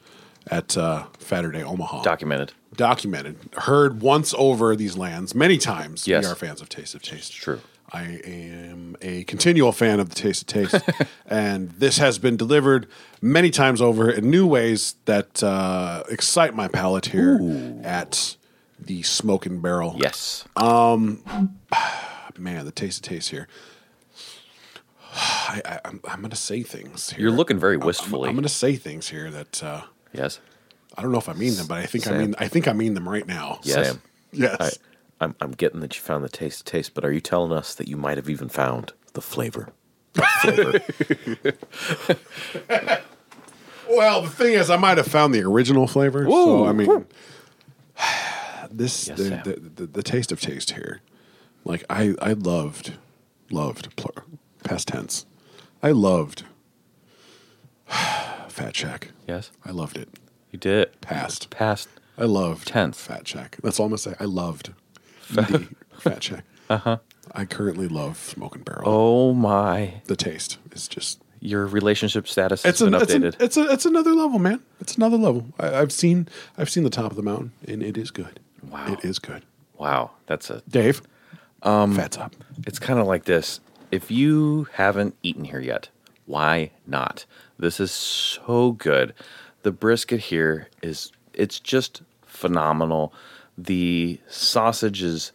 at uh, Saturday Omaha. Documented. Documented, heard once over these lands many times. Yes. We are fans of taste of taste. true. I am a continual fan of the taste of taste, and this has been delivered many times over in new ways that uh, excite my palate here at the Smoke and Barrel. Yes. man, the taste of taste here. I, I, I'm, I'm going to say things here. You're looking very wistfully. I'm going to say things here that uh, yes. I don't know if I mean them, but I think I Sam. mean I think I mean them right now. Yes. Sam, Yes. I, I'm I'm getting that you found the taste of taste, but are you telling us that you might have even found the flavor? The flavor. Well, the thing is, I might have found the original flavor. So I mean, this Yes, the, Sam. the, the the taste of taste here. Like I I loved loved plur, past tense. I loved Fat Shack. Yes. I loved it. You did it. Past. Past. I loved Tenth. Fat Shack. That's all I'm gonna say. I loved the Fat Shack. Uh huh. I currently love Smoking Barrel. Uh-huh. Oh my. The taste is just Your relationship status has it's been an, it's, an, updated. it's a it's another level, man. It's another level. I, I've seen I've seen the top of the mountain, and it is good. Wow. it is good. wow. That's a Dave, um, fats up. It's kind of like this. If you haven't eaten here yet, why not? This is so good. The brisket here is it's just phenomenal. The sausage is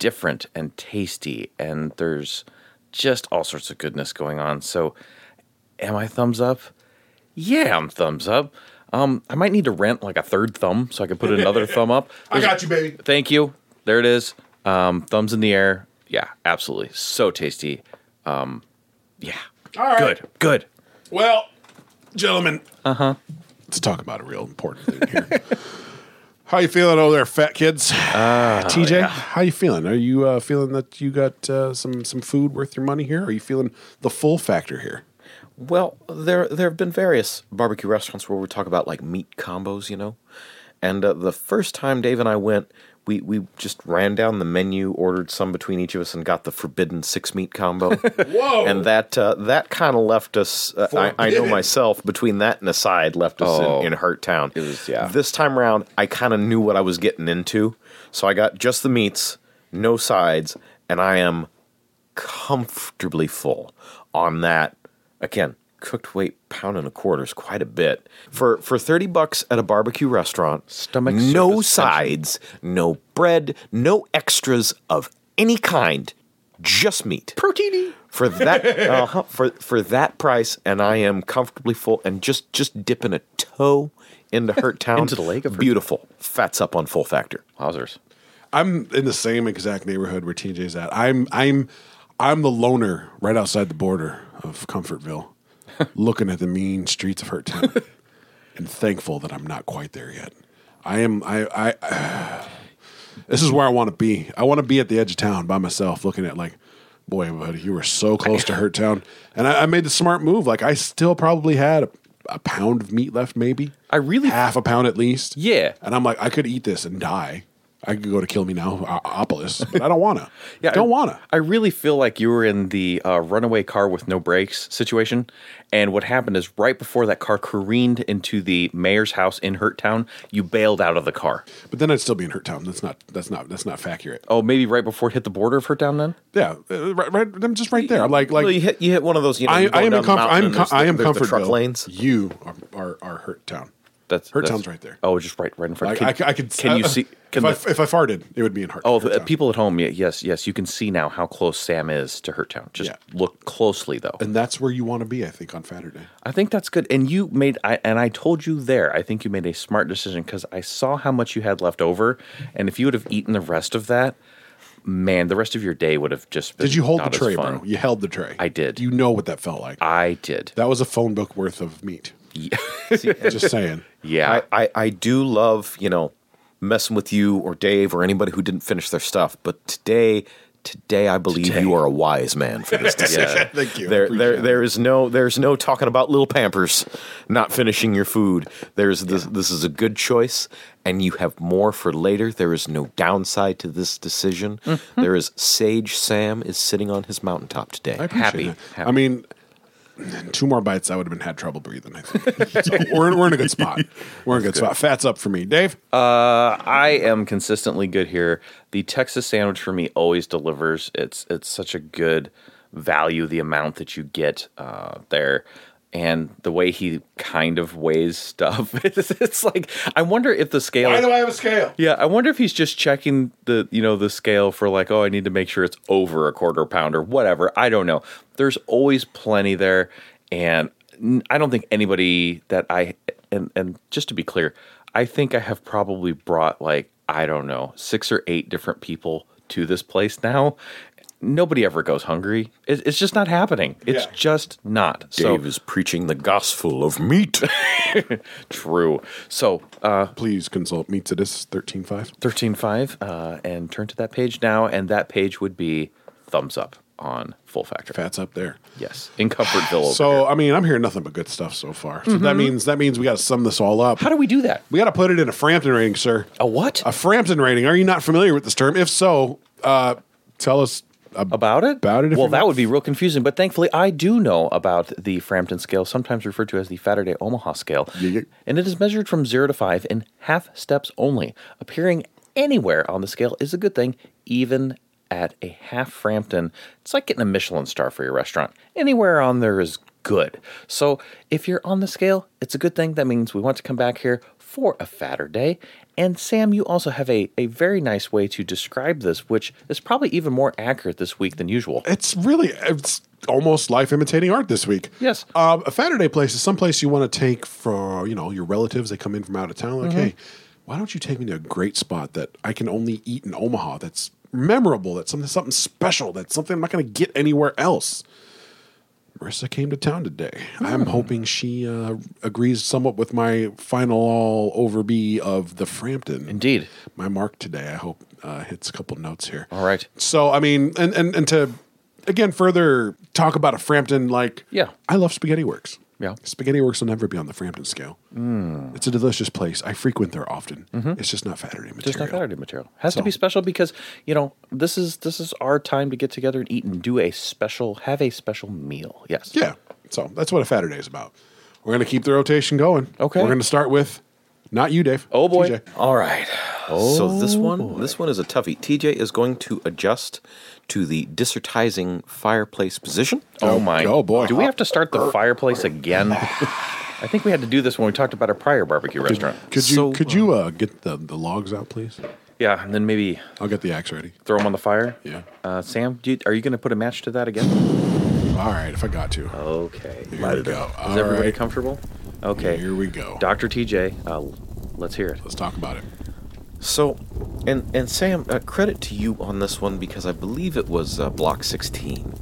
different and tasty and there's just all sorts of goodness going on. So am I thumbs up? Yeah, I'm thumbs up. Um, I might need to rent like a third thumb so I can put another thumb up. I got you, baby. Thank you. There it is. Um, thumbs in the air. Yeah, absolutely. So tasty. Um, yeah. All right. Good. Good. Well, gentlemen, uh huh. Let's talk about a real important thing here. how you feeling over there, fat kids? TJ, how you feeling? Are you uh, feeling that you got uh, some some food worth your money here? Are you feeling the full factor here? Well, there there have been various barbecue restaurants where we talk about like meat combos, you know. And uh, the first time Dave and I went, we we just ran down the menu, ordered some between each of us, and got the forbidden six meat combo. Whoa! And that uh, that kind of left us. Uh, I, I know Forbidden. myself between that and aside left us Oh. in, in hurt town. It was- yeah. This time around, I kind of knew what I was getting into, so I got just the meats, no sides, and I am comfortably full on that. Again, cooked weight pound and a quarter is quite a bit for for thirty bucks at a barbecue restaurant. Stomach no surface tension. sides, no bread, no extras of any kind, just meat Proteiny. for that uh for for that price, and I am comfortably full, and just just dipping a toe into Hurt Town, Into the lake of Hurt- beautiful fats up on full factor. Wowzers. I'm in the same exact neighborhood where TJ's at. I'm I'm I'm the loner right outside the border. of Comfortville, looking at the mean streets of Hurt Town, and thankful that I'm not quite there yet. I am. I. I. this is where I want to be. I want to be at the edge of town by myself, looking at like, boy, buddy, you were so close to Hurt Town, and I, I made the smart move. Like I still probably had a, a pound of meat left, maybe I really- half a pound at least. Yeah. and I'm like, I could eat this and die. I could go to kill me now, uh, Opolis, but I don't want to. Yeah, don't I- want to. I really feel like you were in the uh, runaway car with no brakes situation. And what happened is right before that car careened into the mayor's house in Hurt Town, you bailed out of the car. But then I'd still be in Hurt Town. That's not. That's not. That's not accurate. Oh, maybe right before it hit the border of Hurt Town then? Yeah, uh, right, right. I'm just right there. I'm like, like Well, you hit you hit one of those. You know, I, you go I am down in the comfort. mountain I'm and com- there's the- I am there's the comfort. Truck lanes. You are, are are Hurt Town. That's Hurt that's- Town's right there. Oh, just right, right in front. Like, I, c- I could. Can you uh, see? If, Can I, the, if I farted, it would be in Hurt. oh, Hurt the, Town. people at home. Yeah, yes, yes. You can see now how close Sam is to Hurt Town. Just Yeah. look closely, though. And that's where you want to be, I think, on Saturday. I think that's good. And you made, I, and I told you there, I think you made a smart decision because I saw how much you had left over. And if you would have eaten the rest of that, man, the rest of your day would have just been. Did you hold the not as tray, fun. bro? You held the tray. I did. You know what that felt like. I did. that was a phone book worth of meat. Yeah. Just saying. yeah. I, I I do love you know messing with you or Dave or anybody who didn't finish their stuff. But today, today I believe Today. you are a wise man for this decision. Thank you. There, Appreciate there, it. there is no, there's no talking about little Pampers not finishing your food. There's this, this is a good choice, and you have more for later. There is no downside to this decision. There is Sage Sam is sitting on his mountaintop today. I appreciate Happy. it. Happy. I mean, two more bites, I would have been had trouble breathing. I think. so we're, in- we're in a good spot. We're in a good, spot. Fat's up for me, Dave. I am consistently good here. The Texas sandwich for me always delivers. It's it's such a good value, the amount that you get uh, there, and the way he kind of weighs stuff. It's, it's like I wonder if the scale. I have a scale? yeah, I wonder if he's just checking the you know the scale for like oh I need to make sure it's over a quarter pound or whatever. I don't know. There's always plenty there, and n- I don't think anybody that I and and just to be clear, I think I have probably brought like I don't know six or eight different people to this place now. Nobody ever goes hungry. It's, it's just not happening. It's Yeah. just not. Dave So is preaching the gospel of meat. true. So Please consult me to this thirteen five. 13.5 uh, and turn to that page now and that page would be thumbs up on full factor Fat's up there. yes in comfortville so So I mean, I'm hearing nothing but good stuff so far. So Mm-hmm. that means that means we got to sum this all up. how do we do that we got to put it in a Frampton rating, sir. a what A Frampton rating. Are you not familiar with this term? If so, uh, tell us ab- about it About it, if well you're that not- would be real confusing but thankfully i do know about the frampton scale sometimes referred to as the Fatterday omaha scale yeah. and it is measured from 0 to 5 in half steps only appearing anywhere on the scale is a good thing even at a half frampton it's like getting a michelin star for your restaurant anywhere on there is good so if you're on the scale it's a good thing that means we want to come back here for a fatter day and sam you also have a, a very nice way to describe this which is probably even more accurate this week than usual it's really it's almost life imitating art this week. Yes. Um, a Saturday place is someplace you want to take for you know your relatives. They come in from out of town. Like, hey, why don't you take me to a great spot that I can only eat in Omaha? That's memorable. That's something something special. That's something I'm not going to get anywhere else. Marissa came to town today. I'm hoping she uh, agrees somewhat with my final all over B of the Frampton. indeed My mark today, I hope, uh, hits a couple notes here. all right So I mean, and and and to again further talk about a Frampton, like Yeah. I love Spaghetti Works. Yeah. Hmm. Spaghetti Works will never be on the Frampton scale. It's a delicious place. I frequent there often. It's just not Saturday material. Mm-hmm. Just not Saturday material. Has to be special because you know this is this is our time to get together and eat and do a special, have a special meal. Yes. Yeah. So that's what a Saturday is about. We're gonna keep the rotation going. Okay. We're gonna start with not you, Dave. Oh, boy. TJ. All right. so Oh, this one, this one is a toughie. TJ is going to adjust to the dissertizing fireplace position. Oh my. oh, boy. Do we have to start the fireplace again? I think we had to do this when we talked about our prior barbecue restaurant. Could you So, could you uh, get the, the logs out, please? Yeah, and then maybe I'll get the axe ready. throw them on the fire. Yeah. Uh, Sam, do you, are you going to put a match to that again? All right, if I got Uh, to. Okay. Is Here we go. All right. everybody comfortable? Okay. Here we go. Doctor TJ, uh, let's hear it. Let's talk about it. So, and and Sam, uh, credit to you on this one because I believe it was uh, block sixteen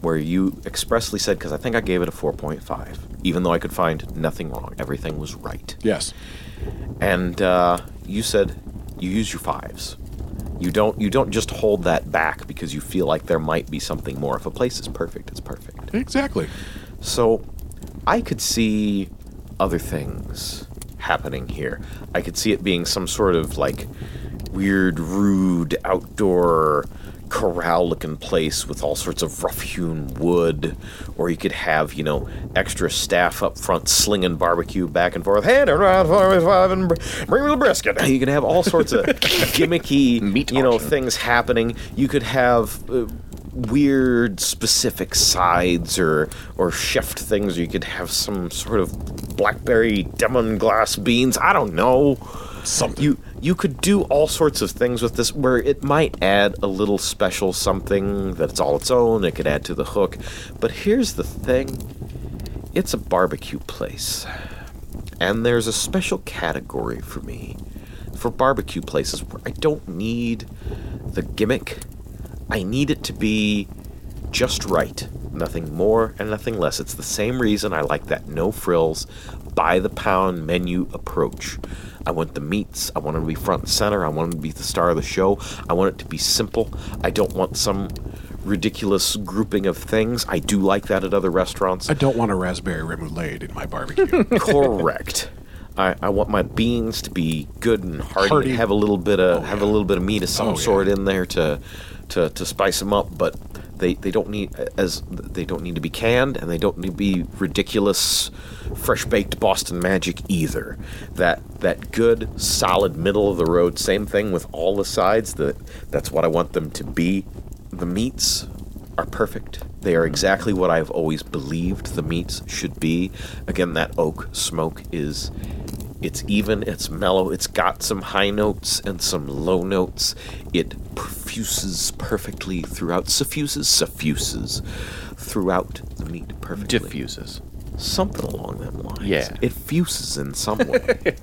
where you expressly said, because I think I gave it a 4.5, even though I could find nothing wrong, everything was right. Yes. And uh, you said you use your fives. You don't. You don't just hold that back because you feel like there might be something more. If a place is perfect, it's perfect. Exactly. So I could see other things happening here. I could see it being some sort of like weird, rude outdoor corral looking place with all sorts of rough hewn wood. Or you could have, you know, extra staff up front slinging barbecue back and forth. Hey, turn around, five, five, and br- bring me the brisket. You could have all sorts of gimmicky, Meat you know, auction. things happening. You could have. Uh, weird specific sides or or shift things you could have some sort of blackberry demon glass beans i don't know Something. you you could do all sorts of things with this where it might add a little special something that's all its own it could add to the hook but here's the thing it's a barbecue place and there's a special category for me for barbecue places where i don't need the gimmick i need it to be just right nothing more and nothing less it's the same reason i like that no frills by the pound menu approach i want the meats i want it to be front and center i want it to be the star of the show i want it to be simple i don't want some ridiculous grouping of things i do like that at other restaurants I don't want a raspberry remoulade in my barbecue. Correct. I, I want my beans to be good and hearty, Hearty. And have a little bit of have a little bit of meat of some Oh, yeah. sort in there to to to spice them up, but they, they don't need as they don't need to be canned and they don't need to be ridiculous fresh baked Boston magic either. That that good solid middle of the road same thing with all the sides that that's what I want them to be. The meats are perfect. They are exactly what I've always believed the meats should be. Again, that oak smoke is it's even, it's mellow, it's got some high notes and some low notes. It perfuses perfectly throughout, suffuses, suffuses throughout the meat perfectly. diffuses. Something along that line. Yeah. It fuses in some way.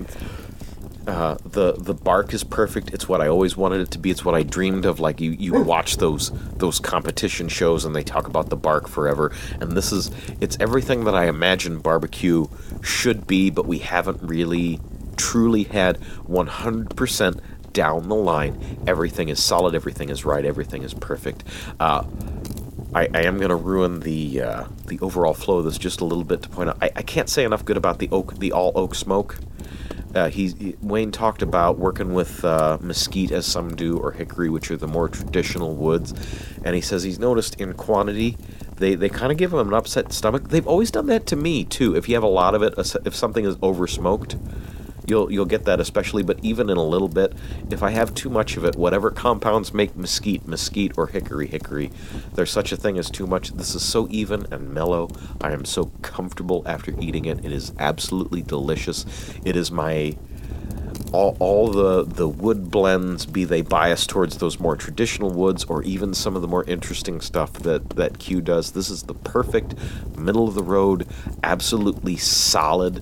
Uh, the the bark is perfect. It's what I always wanted it to be. It's what I dreamed of. Like you, you watch those those competition shows and they talk about the bark forever. And this is it's everything that I imagine barbecue should be, but we haven't really truly had 100% down the line. Everything is solid. Everything is right. Everything is perfect. Uh, I, I am going to ruin the uh, the overall flow of this just a little bit to point out. I, I can't say enough good about the oak, the all oak smoke. Uh, he, he- Wayne talked about working with uh, mesquite, as some do, or hickory, which are the more traditional woods, and he says he's noticed in quantity they they kind of give him an upset stomach. They've always done that to me too. If you have a lot of it, if something is over smoked, you'll you'll get that especially but even in a little bit if i have too much of it whatever compounds make mesquite mesquite or hickory hickory there's such a thing as too much this is so even and mellow i am so comfortable after eating it it is absolutely delicious it is my all, all the, the wood blends, be they biased towards those more traditional woods or even some of the more interesting stuff that, that Q does, this is the perfect middle of the road, absolutely solid,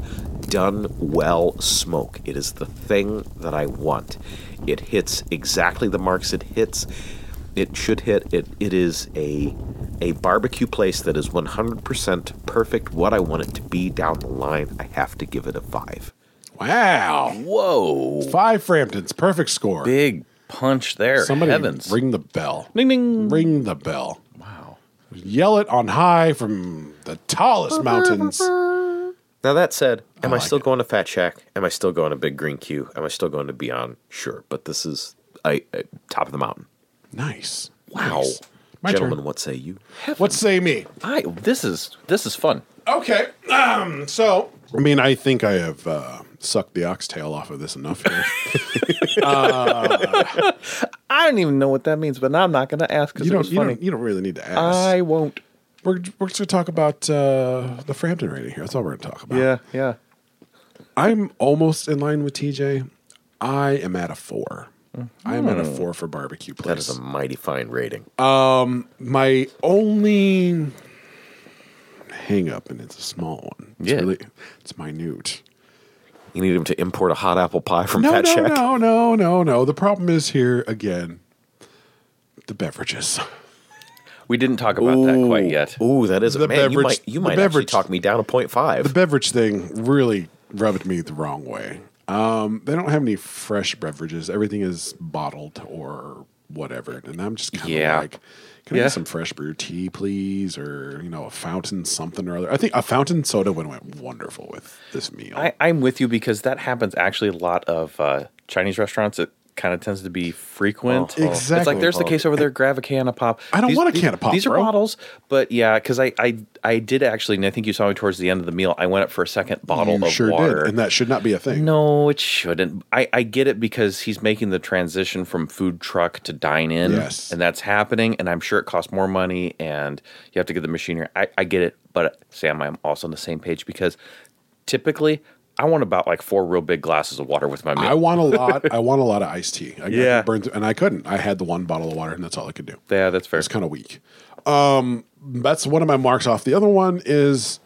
done well smoke. It is the thing that I want. It hits exactly the marks it hits. It should hit. It, it is a a barbecue place that is 100% perfect what I want it to be down the line. I have to give it a five. wow. Whoa! Five Framptons. Perfect score. Big punch there. Somebody Heavens. ring the bell. ding ding. Ring the bell. Wow. Yell it on high from the tallest mountains. Now that said, am I, like still it. going to Fat Shack? Am I still going to Big Green Q? Am I still going to Beyond? Sure, but this is I, I top of the mountain. Nice. Wow, Nice. My gentlemen, turn. what say you? What say me? I this is this is fun. Okay. Um, so, I mean, I think I have uh, sucked the oxtail off of this enough here. I don't even know what that means, but I'm not going to ask because you, it don't, was you, funny. don't, you don't really need to ask. I won't. we're, we're just going to talk about uh, the Frampton rating here. That's all we're going to talk about. Yeah, yeah. I'm almost in line with TJ. I am at a 4 I am at a four for barbecue place. Hmm. That is a mighty fine rating. Uh, my only hang up, and it's a small one. It's Yeah. really, it's minute. you need him to import a hot apple pie from No, Fat no, Shack. no, no, no, no. The problem is here again. The beverages. We didn't talk about that quite yet. Ooh, that is The a man. you beverage- might you the might actually beverage- talk me down a point five. The beverage thing really rubbed me the wrong way. Um, they don't have any fresh beverages. Everything is bottled or whatever, and I'm just kind of Yeah. like, can I Yeah. get some fresh brew tea, please, or you know, a fountain something or other. I think a fountain soda would have went wonderful with this meal. I, I'm with you because that happens actually a lot of uh, Chinese restaurants. It kind of tends to be frequent. Oh, It's exactly. like there's the case over there. Grab a can of pop. I don't These- want a these- can of pop, These are bro. bottles, but yeah, because I, I I did actually, and I think you saw me towards the end of the meal. I went up for a second bottle you of sure water. did, and that should not be a thing. no, it shouldn't. I, I get it because he's making the transition from food truck to dine in. Yes. And that's happening. And I'm sure it costs more money and you have to get the machinery. I, I get it. But Sam, I'm also on the same page because typically I want about like four real big glasses of water with my meal. I want a lot. I want a lot of iced tea. I Yeah. burned through, and I couldn't. I had the one bottle of water, and that's all I could do. yeah, that's fair. It's kind of weak. Um, that's one of my marks off. The other one is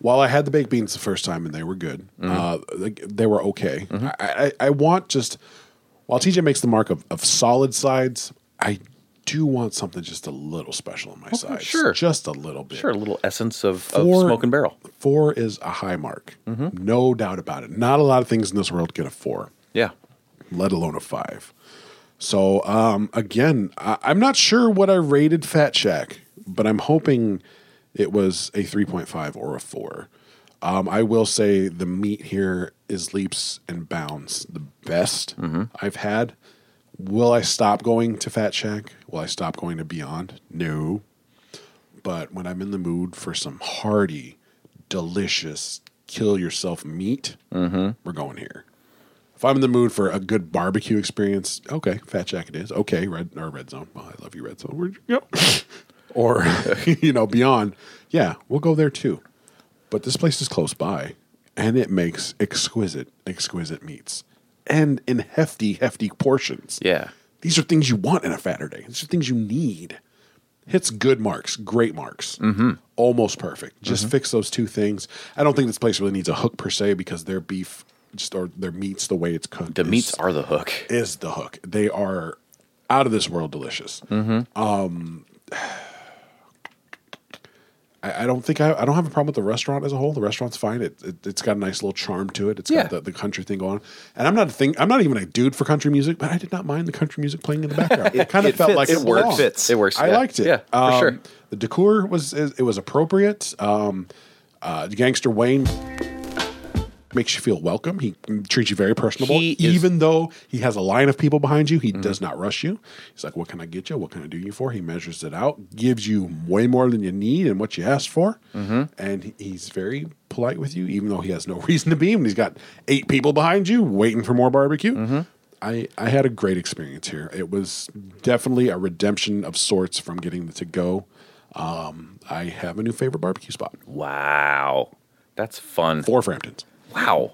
while I had the baked beans the first time and they were good, Mm-hmm. uh, they, they were okay. I, I, I want just while TJ makes the mark of, of solid sides, I do want something just a little special on my sides. sure. just a little bit. Sure, a little essence of, of Four- smoke and barrel. Mm-hmm. Four is a high mark, no doubt about it. Not a lot of things in this world get a four Yeah. let alone a five. So um, again, I, I'm not sure what I rated Fat Shack, but I'm hoping it was a 3.5 or a four. Um, I will say the meat here is leaps and bounds the best I've had. Will I stop going to Fat Shack? Will I stop going to Beyond? No. But when I'm in the mood for some hearty, delicious, kill yourself meat, we're going here. If I'm in the mood for a good barbecue experience, okay, Fat Shack it is. Okay, Red or Red Zone. Well, I love you, Red Zone. Where'd you go? or you know, beyond. Yeah, we'll go there too. But this place is close by, and it makes exquisite, exquisite meats, and in hefty, hefty portions. Yeah. These are things you want in a Saturday. These are things you need. Hits good marks, great marks, mm-hmm. almost perfect. Just Mm-hmm. fix those two things. I don't think this place really needs a hook per se because their beef, just or their meats, the way it's cooked, The is- meats are the hook. is the hook. They are out of this world delicious. Mm-hmm. Um, I, I don't think I, I don't have a problem with the restaurant as a whole. The restaurant's fine. It, it it's got a nice little charm to it. It's Yeah. got the, the country thing going. on. And I'm not a thing. I'm not even a dude for country music, but I did not mind the country music playing in the background. it kind of it felt fits. like It works. belonged. Fits. It works. I yeah. liked it. Yeah, for Um, sure. The decor was it was appropriate. Um, uh, Gangster Wayne makes you feel welcome. He treats you very personable, He is- even though he has a line of people behind you. He does not rush you. He's like, "What can I get you? What can I do you for?" He measures it out, gives you way more than you need and what you asked for, Mm-hmm. and he- he's very polite with you, even though he has no reason to be. And he's got eight people behind you waiting for more barbecue. Mm-hmm. I, I had a great experience here. It was definitely a redemption of sorts from getting the to go. Um, I have a new favorite barbecue spot, Wow. That's fun. Four Framptons. Wow.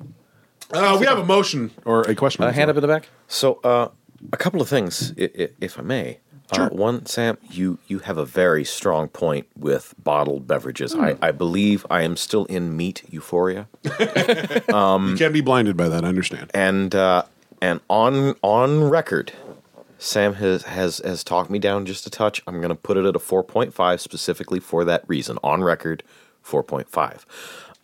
Uh, we have a motion or a question. on A the hand floor. up in the back? So, uh, a couple of things, i- i- if I may. Uh, one, Sam, you you have a very strong point with bottled Hmm. beverages. I, I believe I am still in meat euphoria, You can be blinded by that. I understand. and uh, and on on record, Sam has has has talked me down just a touch. I'm going to put it at a 4.5 specifically for that reason. On record, 4.5.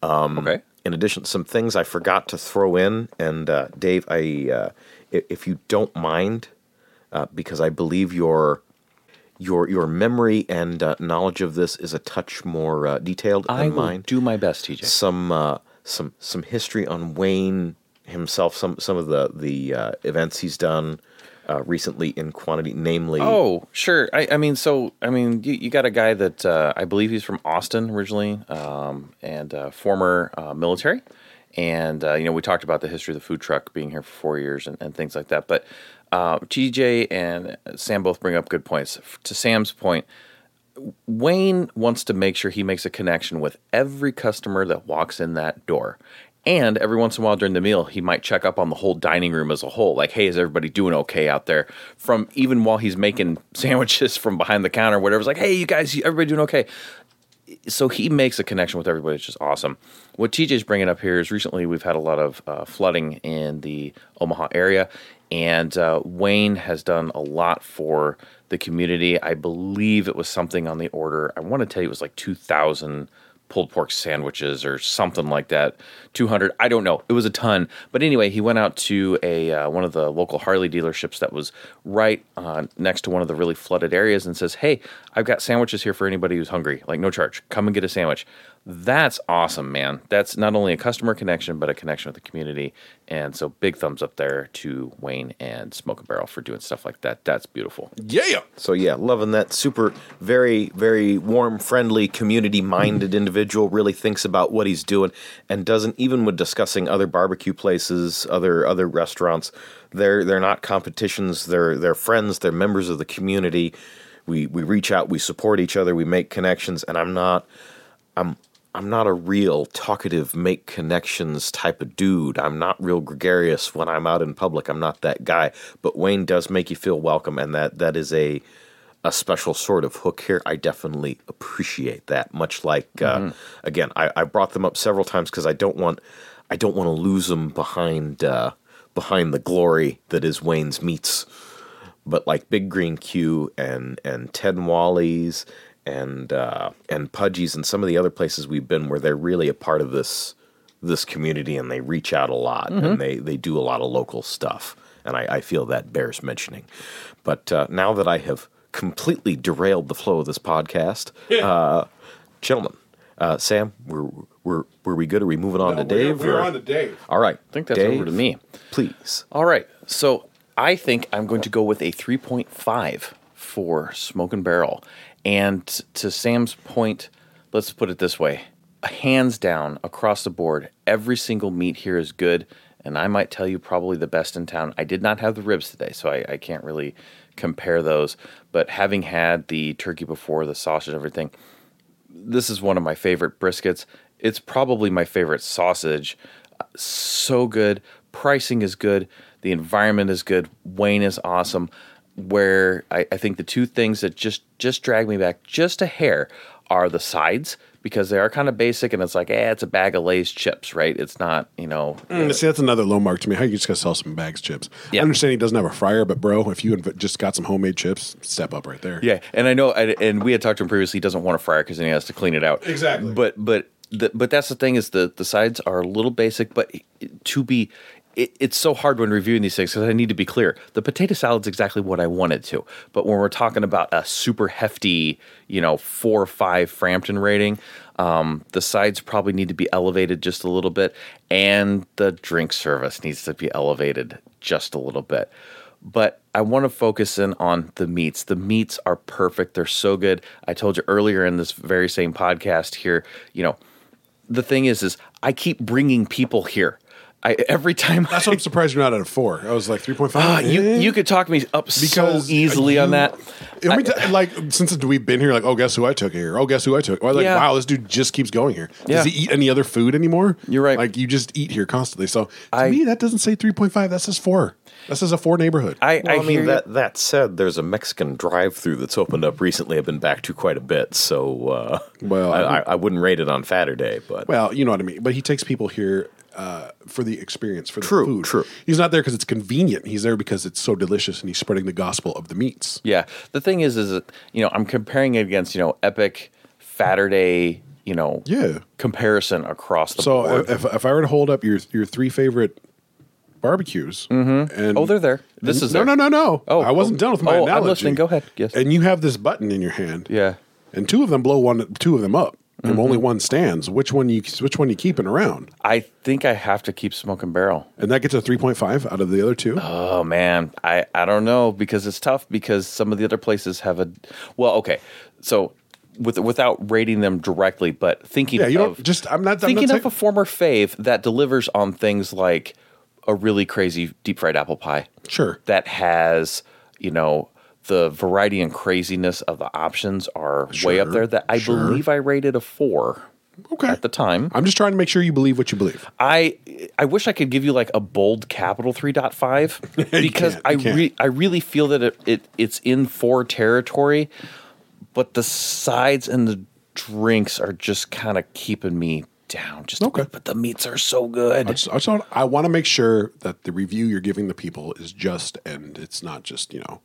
Mm. Okay. in addition, some things I forgot to throw in. And uh, Dave, I uh, i- if you don't mind, uh, because I believe your your your memory and uh, knowledge of this is a touch more uh, detailed I than will mine. do my best, TJ. some uh, some some history on Wayne himself. Some some of the the uh, events he's done uh, recently in quantity, namely. Oh, sure. I, I mean, so I mean, you, you got a guy that uh, I believe he's from Austin originally, um, and uh, former uh, military. And uh, you know, we talked about the history of the food truck being here for four years and, and things like that. But uh, TJ and Sam both bring up good points. F- To Sam's point, Wayne wants to make sure he makes a connection with every customer that walks in that door. And every once in a while during the meal, he might check up on the whole dining room as a whole. Like, hey, is everybody doing okay out there? From even while he's making sandwiches from behind the counter, whatever. It's like, hey, you guys, you- everybody doing okay? so he makes a connection with everybody. It's just awesome. What TJ's bringing up here is recently we've had a lot of uh, flooding in the Omaha area, and uh, Wayne has done a lot for the community. I believe it was something on the order. I want to tell you it was like 2,000 pulled pork sandwiches or something like that. 200, I don't know. It was a ton. But anyway, he went out to a uh, one of the local Harley dealerships that was right uh, next to one of the really flooded areas and says, "Hey, I've got sandwiches here for anybody who's hungry. Like no charge. Come and get a sandwich." That's awesome, man. That's not only a customer connection, but a connection with the community. And so, big thumbs up there to Wayne and Smoke and Barrel for doing stuff like that. That's beautiful. Yeah. So yeah, loving that super, very, very warm, friendly, community-minded individual. Really thinks about what he's doing and doesn't even when discussing other barbecue places, other other restaurants. They're they're not competitions. They're they're friends. They're members of the community. We we reach out. We support each other. We make connections. And I'm not. I'm not a real talkative, make connections type of dude. I'm not real gregarious when I'm out in public. I'm not that guy. But Wayne does make you feel welcome, and that that is a a special sort of hook here. I definitely appreciate that. Much like uh, again, I, I brought them up several times because I don't want I don't want to lose them behind uh, behind the glory that is Wayne's meats but like Big Green Q and and Ted and Wally's and uh, and Pudgy's and some of the other places we've been where they're really a part of this this community and they reach out a lot Mm-hmm. and they they do a lot of local stuff and I, I feel that bears mentioning. But uh, now that I have completely derailed the flow of this podcast, uh, gentlemen, uh, Sam, we're we're were we good? Are we moving on to Dave? We're or- on to Dave. All right, I think that's Dave, over to me. Please. All right. So I think I'm going to go with a 3.5 for Smoke and Barrel. And to Sam's point, let's put it this way hands down, across the board, every single meat here is good. And I might tell you probably the best in town. I did not have the ribs today, so I, I can't really compare those. But having had the turkey before, the sausage, everything, this is one of my favorite briskets. It's probably my favorite sausage. Uh, So good. Pricing is good. The environment is good. Wayne is awesome. Where I, I think the two things that just just drag me back just a hair are the sides because they are kind of basic and it's like, eh, it's a bag of Lay's chips, right? It's not, you know, Mm, See, that's another low mark to me. How you just gonna sell some bags of chips? I Yeah. understand he doesn't have a fryer, but bro, if you inv- just got some homemade chips, step up right there. Yeah, and I know, and and we had talked to him previously. He doesn't want a fryer because then he has to clean it out. Exactly. But but the, but that's the thing is the the sides are a little basic, but to be. It, it's so hard when reviewing these things because I need to be clear. The potato salad's exactly what I wanted to, but when we're talking about a super hefty, you know, four or five Frampton rating, um, the sides probably need to be elevated just a little bit, and the drink service needs to be elevated just a little bit but I want to focus in on the meats. The meats are perfect. They're so good. I told you earlier in this very same podcast here, you know, the thing is is I keep bringing people here. I every time That's why I'm surprised you're not at a four. I was like three point Ah, five. Eh? you you could talk me up so easily on that. I mean, like since we've been here, like oh, guess who I took here? Oh, guess who I took? Or like Yeah. wow, this dude just keeps going here. Yeah. Does he eat any other food anymore? You're right. Like you just eat here constantly. So to I- me, that doesn't say three point five. That says four. That says a four neighborhood. I, Well, I, I hear mean, you. that that said, there's a Mexican drive-through that's opened up recently. I've been back to quite a bit, so uh, Well, I, I, I wouldn't rate it on Saturday, but Well, you know what I mean. But he takes people here uh, for the experience, for the True, food. true. He's not there because it's convenient. He's there because it's so delicious, and he's spreading the gospel of the meats. Yeah. The thing is, is that, you know, I'm comparing it against, you know, epic Saturday, you know, Yeah. comparison across the So board. uh, if, if I were to hold up your your three favorite barbecues, and Oh, they're there. This is no, there. no, no, no. Oh, I wasn't oh, done with my oh, I'm analogy. listening. Go ahead. Yes. And you have this button in your hand. Yeah. Mm-hmm. And two of them blow one, two of them up, and only one stands. Which one you which one you keeping around? I think I have to keep smoking barrel. And that gets a three point five out of the other two. Oh man, I I don't know because it's tough because some of the other places have a well, okay. So with without rating them directly, but thinking yeah, you of don't just. I'm not I'm thinking not of a former fave that delivers on things like a really crazy deep fried apple pie sure. that has, you know, the variety and craziness of the options are way up Sure, there that I sure. believe I rated a 4 Okay. at the time. I'm just trying to make sure you believe what you believe. I I wish I could give you like a bold capital 3.5 because can't, I you can't. re- I really feel that it, it it's in four territory, but the sides and the drinks are just kind of keeping me down just okay. Okay. but the meats are so good. I just, I, just want, I want to make sure that the review you're giving the people is just and it's not just you know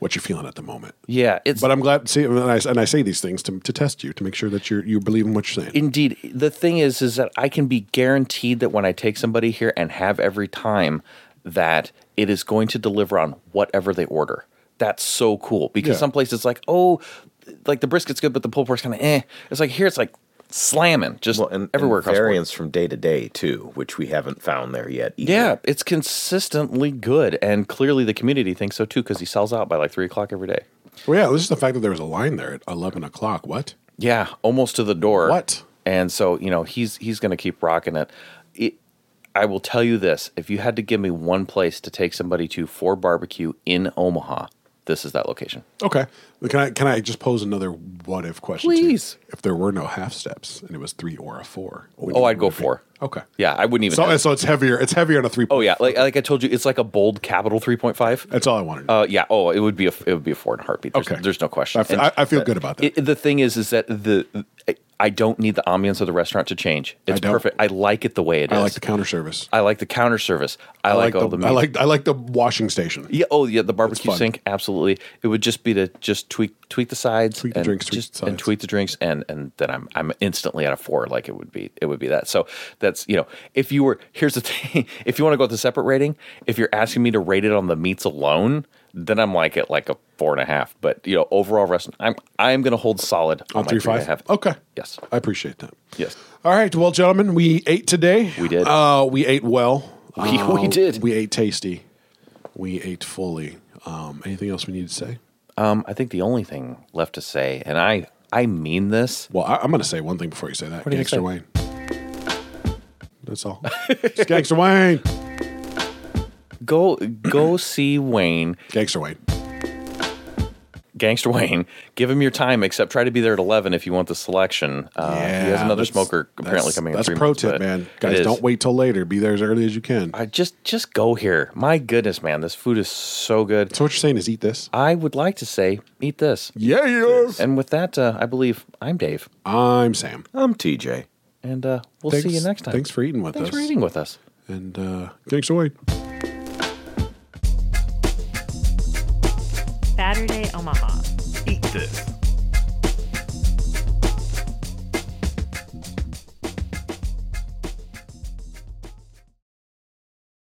what you're feeling at the moment. Yeah, it's But I'm glad. See, and I, and I say these things to, to test you to make sure that you're you believe in what you're saying. indeed the thing is is that i can be guaranteed that when i take somebody here and have every time that it is going to deliver on whatever they order that's so cool because Yeah. some places like oh like the brisket's good but the pulled pork's kind of eh it's like here it's like slamming just Well, and everywhere everywhere across the board. variance from day to day too, which we haven't found there yet. Either. yeah it's consistently good and clearly the community thinks so too because he sells out by like three o'clock every day Well, yeah, this is the fact that there was a line there at 11 o'clock. What? Yeah, almost to the door. What? And so you know he's he's going to keep rocking it. it. I will tell you this: if you had to give me one place to take somebody to for barbecue in Omaha, this is that location. Okay. Can I can I just pose another what if question? to you? Please. If there were no half steps and it was three or a four. would Oh, you- I'd go four. Okay. Yeah, I wouldn't even. So, have- so it's heavier. It's heavier on a three. oh yeah, like like I told you, it's like a bold capital three point five. That's all I wanted. to know. Uh, yeah. Oh, it would be a it would be a four in a heartbeat. There's, Okay. There's no question. I fe- And I- I feel good about that. it- the thing is, is that the I don't need the ambience of the restaurant to change. It's don't. perfect. I like it the way it is. I like the counter service. I like the counter service. I, like, all the. I meat. like I like the washing station. Yeah. Oh, yeah. The barbecue fun. sink. Absolutely. It would just be to just tweak tweak the sides, Tweak the and drinks, tweak just, the and sides. tweak the drinks, and and then I'm I'm instantly at a four. Like it would be it would be that. So that's you know if you were here's the thing if you want to go with a separate rating if you're asking me to rate it on the meats alone then I'm like at like a four and a half. But you know overall restaurant I'm I'm gonna hold solid on, On my Oh, three and a five. half. Okay. Yes. I appreciate that. Yes. All right. Well, gentlemen, we ate today. We did. Uh, we ate well. We- Uh, we did. We ate tasty. We ate fully. Um, anything else we need to say? Um. I think the only thing left to say, and I I mean this. Well, I, I'm going to say one thing before you say that. What do you Gangster say? Wayne. That's all. It's Gangster Wayne. Go go see Wayne. Gangster Wayne. Uh, Gangster Wayne, give him your time, except try to be there at 11 if you want the selection. Uh, he has another that's- smoker apparently that's- coming in That's three pro months, tip, but man. it Guys, is. don't wait till later. Be there as early as you can. I just, just go here. My goodness, man, this food is so good. so what you're saying is eat this. I would like to say, eat this. Yeah, yes. And with that, uh, I believe I'm Dave, I'm Sam. I'm TJ. and uh, we'll see you Thanks- next time. Thanks for eating with Thanks us. for eating with us. And uh, Gangster Wayne. Saturday Omaha. Eat this.